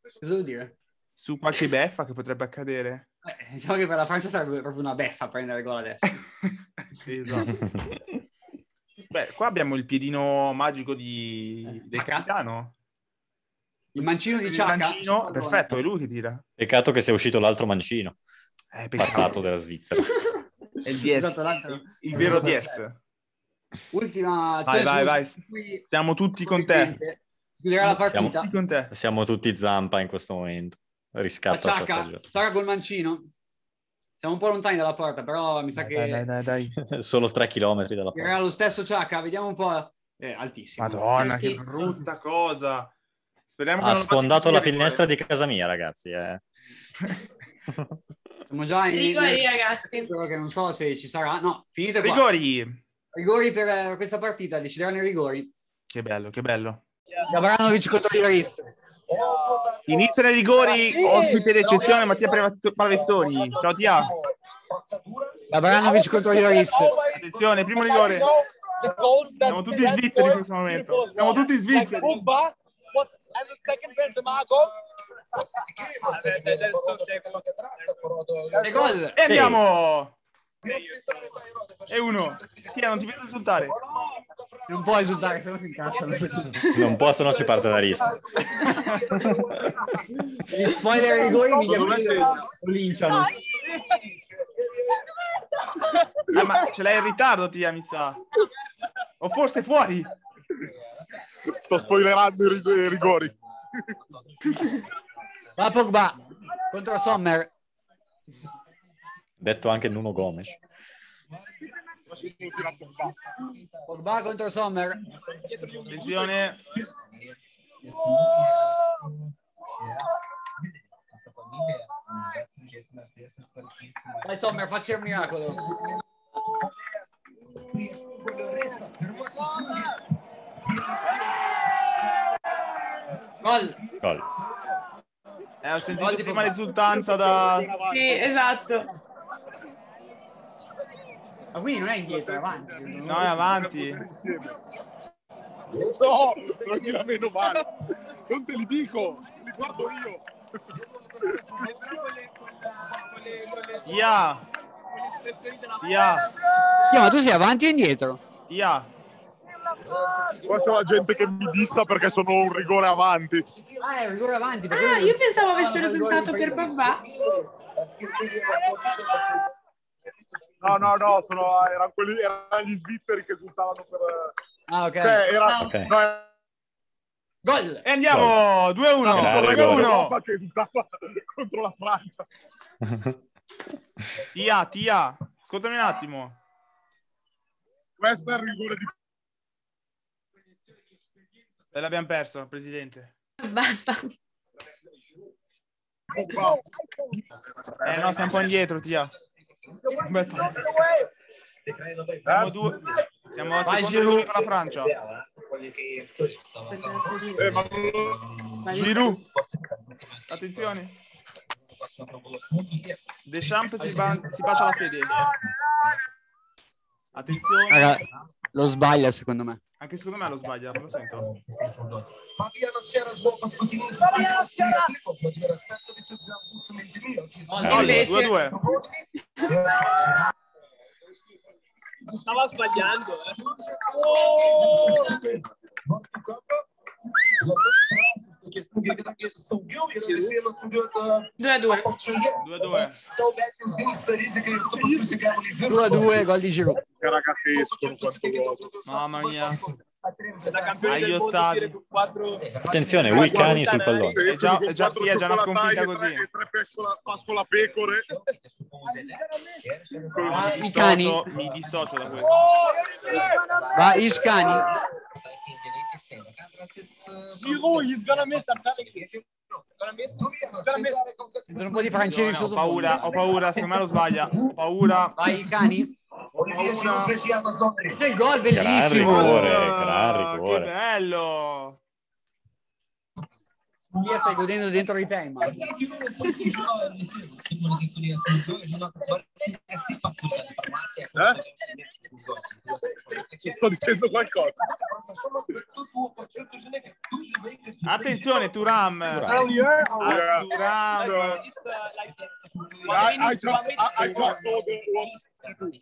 Cosa devo dire? Su qualche beffa che potrebbe accadere? Eh, diciamo che per la Francia sarebbe proprio una beffa prendere gol adesso. esatto. Beh, qua abbiamo il piedino magico di... del Acca. capitano. Il mancino Eh, di Il Ciacca. mancino, perfetto, è lui che tira. Peccato che sia uscito l'altro mancino, Eh, partato peccato. della Svizzera. È il Esatto, DS, l'altro. il vero DS. Ultima azione vai, su- vai. su cui- Siamo tutti con te. Chiuderà la Siamo partita. Tutti con te. Siamo tutti zampa in questo momento. La Riscatta sta Ciacca, stagione. Ciacca col mancino. Siamo un po' lontani dalla porta, però mi sa Dai, che dai, dai, dai. Solo tre chilometri dalla tirerà porta. lo stesso Ciacca. Vediamo un po'. Eh, altissimo. Madonna, che Certo. brutta cosa. Speriamo Ha che non lo sfondato faccia la finire. finestra di casa mia, ragazzi. eh. Siamo già in Rigori, in- ragazzi. Spero che non so se ci sarà. No, finito qua. Rigori, Rigori. per eh, questa partita, decideranno i rigori. Che bello, che bello. Gavranovic contro Lloris. Iniziano i rigori, Sì, ospite d'eccezione però- Mattia Prevat- Pavettoni. Ciao Tia. Gavranovic contro Lloris. Attenzione, primo rigore. the goals that Siamo tutti Pele svizzeri in scored, questo momento. Nicolas Siamo Jackson, tutti svizzeri. Like Pogba, what, and the second Benzema goal. E Le cose. E andiamo! E uno. uno. Tia, non ti vedo insultare. Non puoi esultare, se no si incazzano. Non posso, no si parte da rissa. Gli spoiler i rigori mi Secondo me sì. chiamano- lo linciano. Ah, ma ce l'hai in ritardo, Tia, mi sa. O forse fuori. Sto spoilerando i ris- i rigori. Va Pogba contro Sommer. Detto anche Nuno Gomes. Pogba contro Sommer. Attenzione. Dai Sommer, facci un miracolo. Gol. Gol. Eh, ho sentito prima l'esultanza da... Sì, esatto. Ma quindi non è indietro, eh, è avanti. No, è avanti. No, non gliela meno male. Non te li dico, li guardo io. Tia, Tia, Io, ma tu sei avanti o indietro? Tia. Qua c'è la gente che mi dissa perché sono un rigore avanti. Ah, è il rigore avanti. per Ah, quello- io pensavo avesse Ah, risultato il per rigore in Pogba. No, no, no, sono, erano, quelli, erano gli svizzeri che esultavano per... Ah, ok. Cioè, era... Ah. Ok. Eh, No, eh, era Gol. E andiamo! 2-1. Grande la 2-1. Europa che esultava contro la Francia. Tia, Tia, ascoltami un attimo. Questo è il rigore di... E Eh, l'abbiamo perso, presidente. Basta. Pogba. Eh no, siamo un po' indietro, Tia. Aspetta. Siamo, due... siamo a Vai, secondo Giroud. rigore con la Francia. Eh, ma non lo- Giroud, attenzione. Deschamps si, ba- si bacia la fede. Attenzione. Raga, lo sbaglia secondo me. Anche secondo me lo sbaglia, lo sento. Gol. Gol, 2-2. Stava sbagliando. eh. Due 2 a 2. a due. a 2, gol di Giroud. Che ragazzi escono quanto vuoto. Mamma mia. Da campione Agli del mondo ottavi. uscire con quattro. Attenzione, Wiccani Eh, sul pallone. È già- è già- sì, è già una sconfitta E così. tre, e tre pescola, pascola pecore. Ah, Mi I cani. dissocio, mi dissocio da questo. Va Iscani. Giroud, he's gonna miss, I'm telling you. He's gonna miss, he's gonna miss. Sento un po' di francesi Ho sotto. paura, ho paura, secondo me lo sbaglia. Ho paura. Vai Iscani. C'è il gol, Gran bellissimo. rigore, Ah, gran Che rigore. bello. Via, stai godendo dentro di te, Eh? immagino. Ti sto dicendo qualcosa. Attenzione, Turam. Turam. Ah, Turam. It's, uh, like- I, I just, I, I just know the what to do.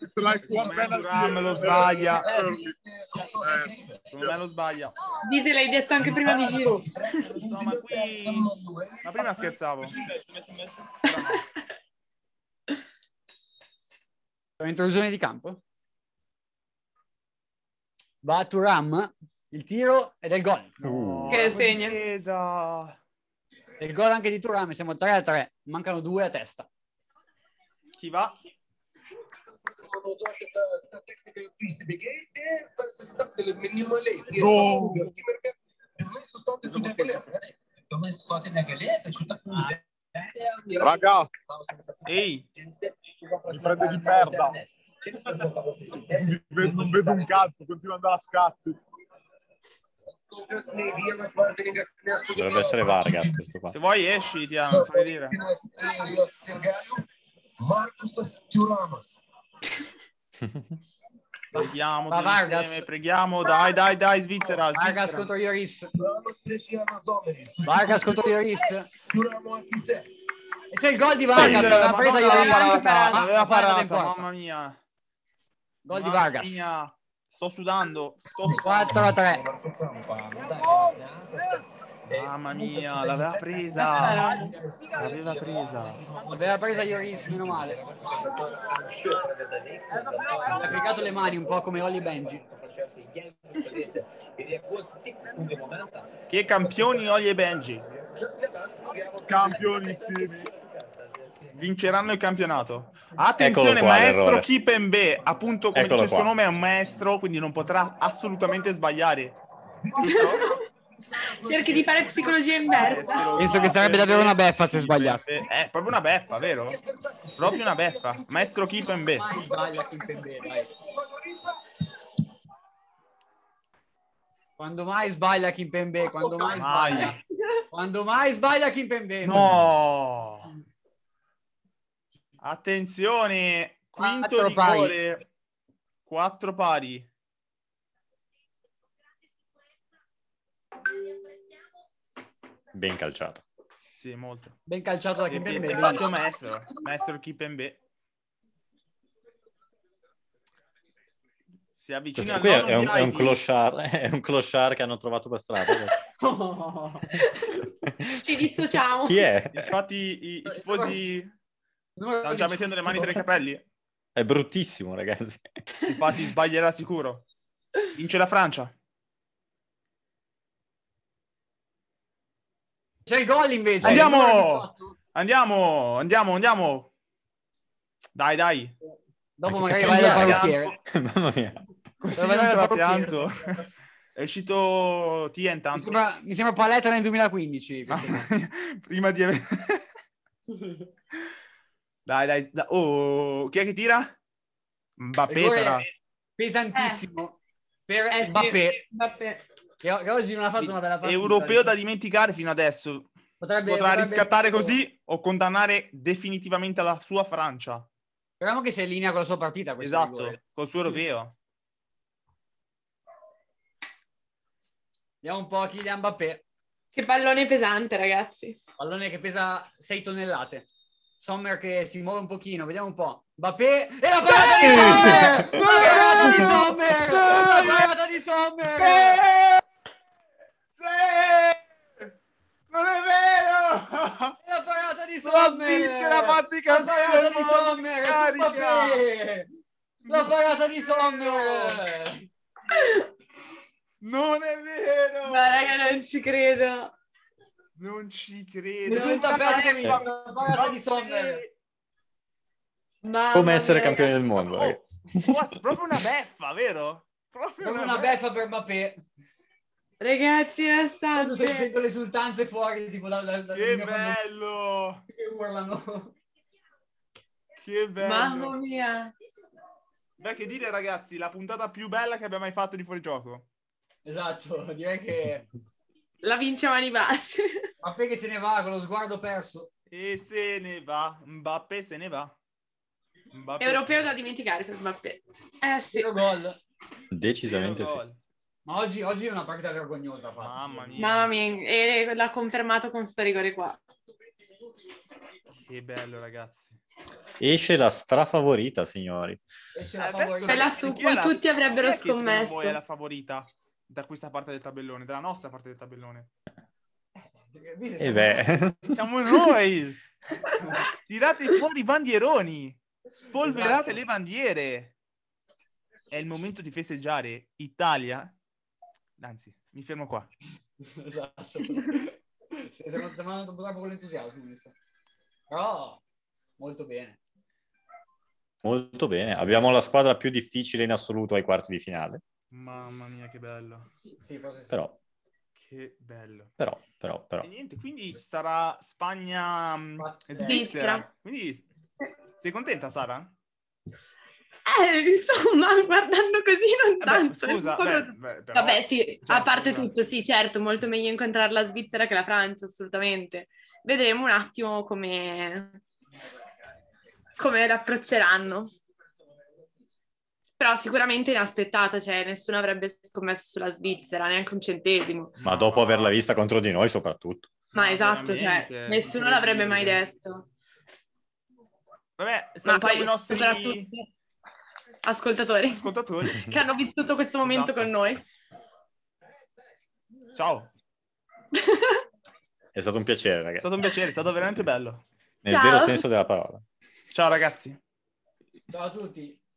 It's like one penalty. Turam lo sbaglia. Early. Secondo me lo sbaglia. Dise l'hai detto anche prima di Giroud. No, ma qui... Ma prima scherzavo. Intrusione di campo. Va Turam, il tiro ed è il gol. Uh, Che la segna. difesa. È il gol anche di Turam, siamo 3 a 3, mancano due a testa. Chi va? Raga, Ehi, mi prende di merda. Non vedo, non vedo un cazzo, continua ad andare a scatti. dovrebbe essere Vargas questo qua. se vuoi esci, ti amo, non so che dire. Marcus Tiuramas. Preghiamo, Ma tutti Vargas- insieme, preghiamo, dai, dai, dai, Svizzera, Vargas Svizzera. contro Ioris. Vamos crescer nas homens. Vargas contro Ioris. Juramos aqui, Zé. E c'è il gol di Vargas, Sì, l'aveva Madonna, presa l'aveva Ioris. Vargas, parata, Ma- l'aveva ma guarda parata, in porta. mamma mia. Gol di Mamma Vargas. mia. Sto sudando, sto sudando. 4 a 3. Eh, Mamma mia, l'aveva presa. L'aveva presa. L'aveva presa Ioris, meno male. Ha piegato le mani un po' come Holly Benji. Che campioni Oli e Benji. Campionissimi. Vinceranno il campionato. Attenzione, Eccolo qua, maestro l'errore. Kipembe. Appunto, come Eccolo dice il suo qua. nome, è un maestro, quindi non potrà assolutamente sbagliare. Cerchi di fare psicologia inversa. Penso che sarebbe davvero una beffa se sbagliasse. Eh, È proprio una beffa, vero? Proprio una beffa. Maestro Kipembe. Mai sbaglia chi intende, dai. Quando mai sbaglia Kim Pembe, quando mai Mai. sbaglia, quando mai sbaglia Kim Pembe. No! Attenzione, quinto Quattro rigore. Quattro pari. Ben calciato. Sì, molto. Ben calciato da E Kim e Pembe. peggio maestro. Maestro Kipembe. Si avvicina Questo al qui è, nono è un, è un direi di- clochard, è un clochard che hanno trovato per strada. Ci dissociamo. Chi è? Infatti i, i tifosi stanno già mettendo le mani tra i capelli. È bruttissimo, ragazzi. Infatti sbaglierà sicuro. Vince la Francia. C'è il gol invece. Andiamo! Il numero 18. Andiamo, andiamo, andiamo. Dai, dai. Dopo Anche magari vai perché dal andiamo. parrucchiere. Mamma mia. Ah, Così Dove vai un dal trapianto. È uscito Tia Mi intanto. sembra, mi sembra paletta nel 2015. questo qua. Ah, Prima di... avere- dai, dai. da- oh, chi è che tira? Mbappé Rigore sarà. Pesantissimo. Per Eh, sì. Mbappé, Mbappé. che, che oggi non ha fatto una bella partita. diciamo. Europeo da dimenticare fino adesso. Potrebbe- Potrà potrebbe- riscattare così o condannare definitivamente la sua Francia. Speriamo che sia in linea con la sua partita. questo rigore. Esatto, col suo europeo. Vediamo un po' Kylian Mbappé. Che pallone pesante, ragazzi. Pallone che pesa 6 tonnellate. Sommer che si muove un pochino, vediamo un po'. Mbappé e la parata di Sommer! Sì! La parata di Sommer! La parata di Sommer! Sì! Non è vero! La parata di La Sommer! Svizzera ha fatto i La campioni parata del di mondo, Sommer! su carica! Mbappé! La parata di Sommer! Non è No, vero! raga, non ci credo. Non ci credo. Risulta perdere la parata di Sommer! Mamma Come essere mia, campione del ragazzi. mondo. ragazzi. Oh, What? Proprio una beffa, vero? Proprio Proprio una beffa per Mbappé. Ragazzi, è Quando stato... sento le esultanze fuori, tipo dal da, da, Che quando- bello! che urlano. Che bello! Mamma mia. Beh, che dire ragazzi, la puntata più bella che abbiamo mai fatto di fuori gioco. Esatto, direi che La vince a mani basse. Mbappé che se ne va con lo sguardo perso. E se ne va, Mbappé se ne va. Mbappé Europeo da dimenticare per Mbappé. Eh sì. Zero gol. Oh. Decisamente sì. Gol. Ma oggi, oggi è una partita vergognosa. Fabio. Mamma mia. Mamma mia, e l'ha confermato con sto rigore qua. Che bello ragazzi. Esce la strafavorita, signori. Esce la Adesso- favorita. È là su Perché cui era- tutti Cioè, Chi avrebbero è che secondo scommesso. voi è la favorita da questa parte del tabellone, dalla nostra parte del tabellone? Eh E Esatto. beh. Siamo noi! Tirate fuori i bandieroni! Spolverate le bandiere! È il momento di festeggiare Italia. Anzi, mi fermo qua. Esatto. Stiamo tornando troppo con l'entusiasmo. mi sa. Però molto bene. Molto bene. Abbiamo la squadra più difficile in assoluto ai quarti di finale. Mamma mia, che bello. Sì, forse sì. Però, Che bello. però, però, però. E Eh, niente, quindi ci sarà Spagna mm, e Pazzesco. Svizzera. Quindi sei contenta, Sara? Eh, insomma, guardando così non Eh beh, tanto. scusa, Sono- beh, beh, però- Vabbè, sì, cioè, a parte scusa. tutto, sì, certo, molto meglio incontrare la Svizzera che la Francia, assolutamente. Vedremo un attimo come, come l'approcceranno. Però sicuramente inaspettato, cioè nessuno avrebbe scommesso sulla Svizzera, neanche un centesimo. Ma dopo averla vista contro di noi soprattutto. Ma No, esatto, cioè, veramente, nessuno l'avrebbe mai incredibile. detto. Vabbè, Ma salutiamo poi i nostri soprattutto ascoltatori ascoltatori. che hanno vissuto questo momento Esatto. con noi. Ciao, È stato un piacere, è ragazzi. stato un piacere, è stato veramente bello. Nel Ciao. vero senso della parola. Ciao ragazzi. Ciao a tutti.